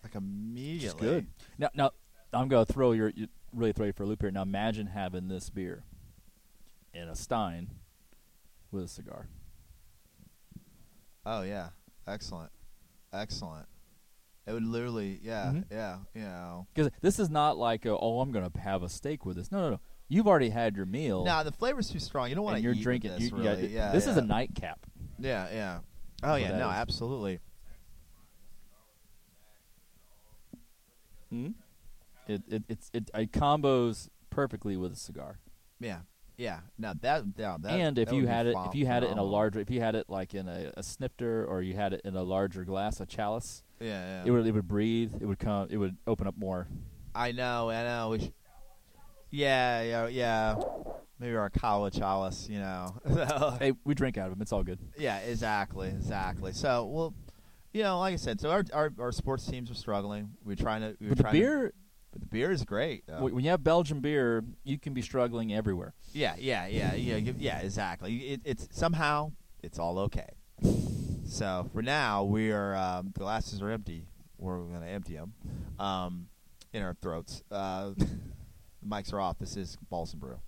[SPEAKER 1] like immediately.
[SPEAKER 2] It's good. Now, now I'm gonna throw your you, really throw you for a loop here. Now imagine having this beer in a stein with a cigar.
[SPEAKER 1] Oh yeah, excellent, excellent. It would literally, yeah,
[SPEAKER 2] Mhm.
[SPEAKER 1] yeah, you know.
[SPEAKER 2] Because this is not like a, oh I'm gonna have a steak with this. No, no, no. You've already had your meal.
[SPEAKER 1] Nah, the flavor's too strong. You don't want
[SPEAKER 2] and
[SPEAKER 1] to
[SPEAKER 2] you're
[SPEAKER 1] eat with
[SPEAKER 2] drinking.
[SPEAKER 1] this.
[SPEAKER 2] you- you
[SPEAKER 1] really,
[SPEAKER 2] gotta do-
[SPEAKER 1] yeah.
[SPEAKER 2] this is a
[SPEAKER 1] yeah.
[SPEAKER 2] nightcap.
[SPEAKER 1] Yeah, yeah. Oh
[SPEAKER 2] what
[SPEAKER 1] yeah,
[SPEAKER 2] that
[SPEAKER 1] no,
[SPEAKER 2] is.
[SPEAKER 1] absolutely.
[SPEAKER 2] Hmm? It, it it's it, it combos perfectly with a cigar.
[SPEAKER 1] Yeah, yeah. Now that, now that.
[SPEAKER 2] and if
[SPEAKER 1] that
[SPEAKER 2] you
[SPEAKER 1] would be
[SPEAKER 2] had it,
[SPEAKER 1] phen-
[SPEAKER 2] if you had it in a
[SPEAKER 1] phenomenal.
[SPEAKER 2] larger, if you had it like in a, a snifter, or you had it in a larger glass, a chalice,
[SPEAKER 1] yeah, yeah.
[SPEAKER 2] it would it would breathe. It would come. It would open up more.
[SPEAKER 1] I know, I know. We sh- yeah, yeah, yeah. Maybe our college chalice, you know. So-
[SPEAKER 2] Hey, we drink out of them. It's all good.
[SPEAKER 1] yeah, exactly, exactly. So, well, you know, like I said, so our our, our sports teams were struggling. We were trying to. We were
[SPEAKER 2] but the
[SPEAKER 1] trying to-
[SPEAKER 2] beer,
[SPEAKER 1] but the beer is great. though.
[SPEAKER 2] wh- when you have Belgian beer, you can be struggling everywhere.
[SPEAKER 1] Yeah, yeah, yeah, yeah, you- yeah. Exactly. It, it's somehow it's all okay. So for now, we are um, glasses are empty. We're gonna empty them um, in our throats. Uh, the mics are off. This is Balls and Brew.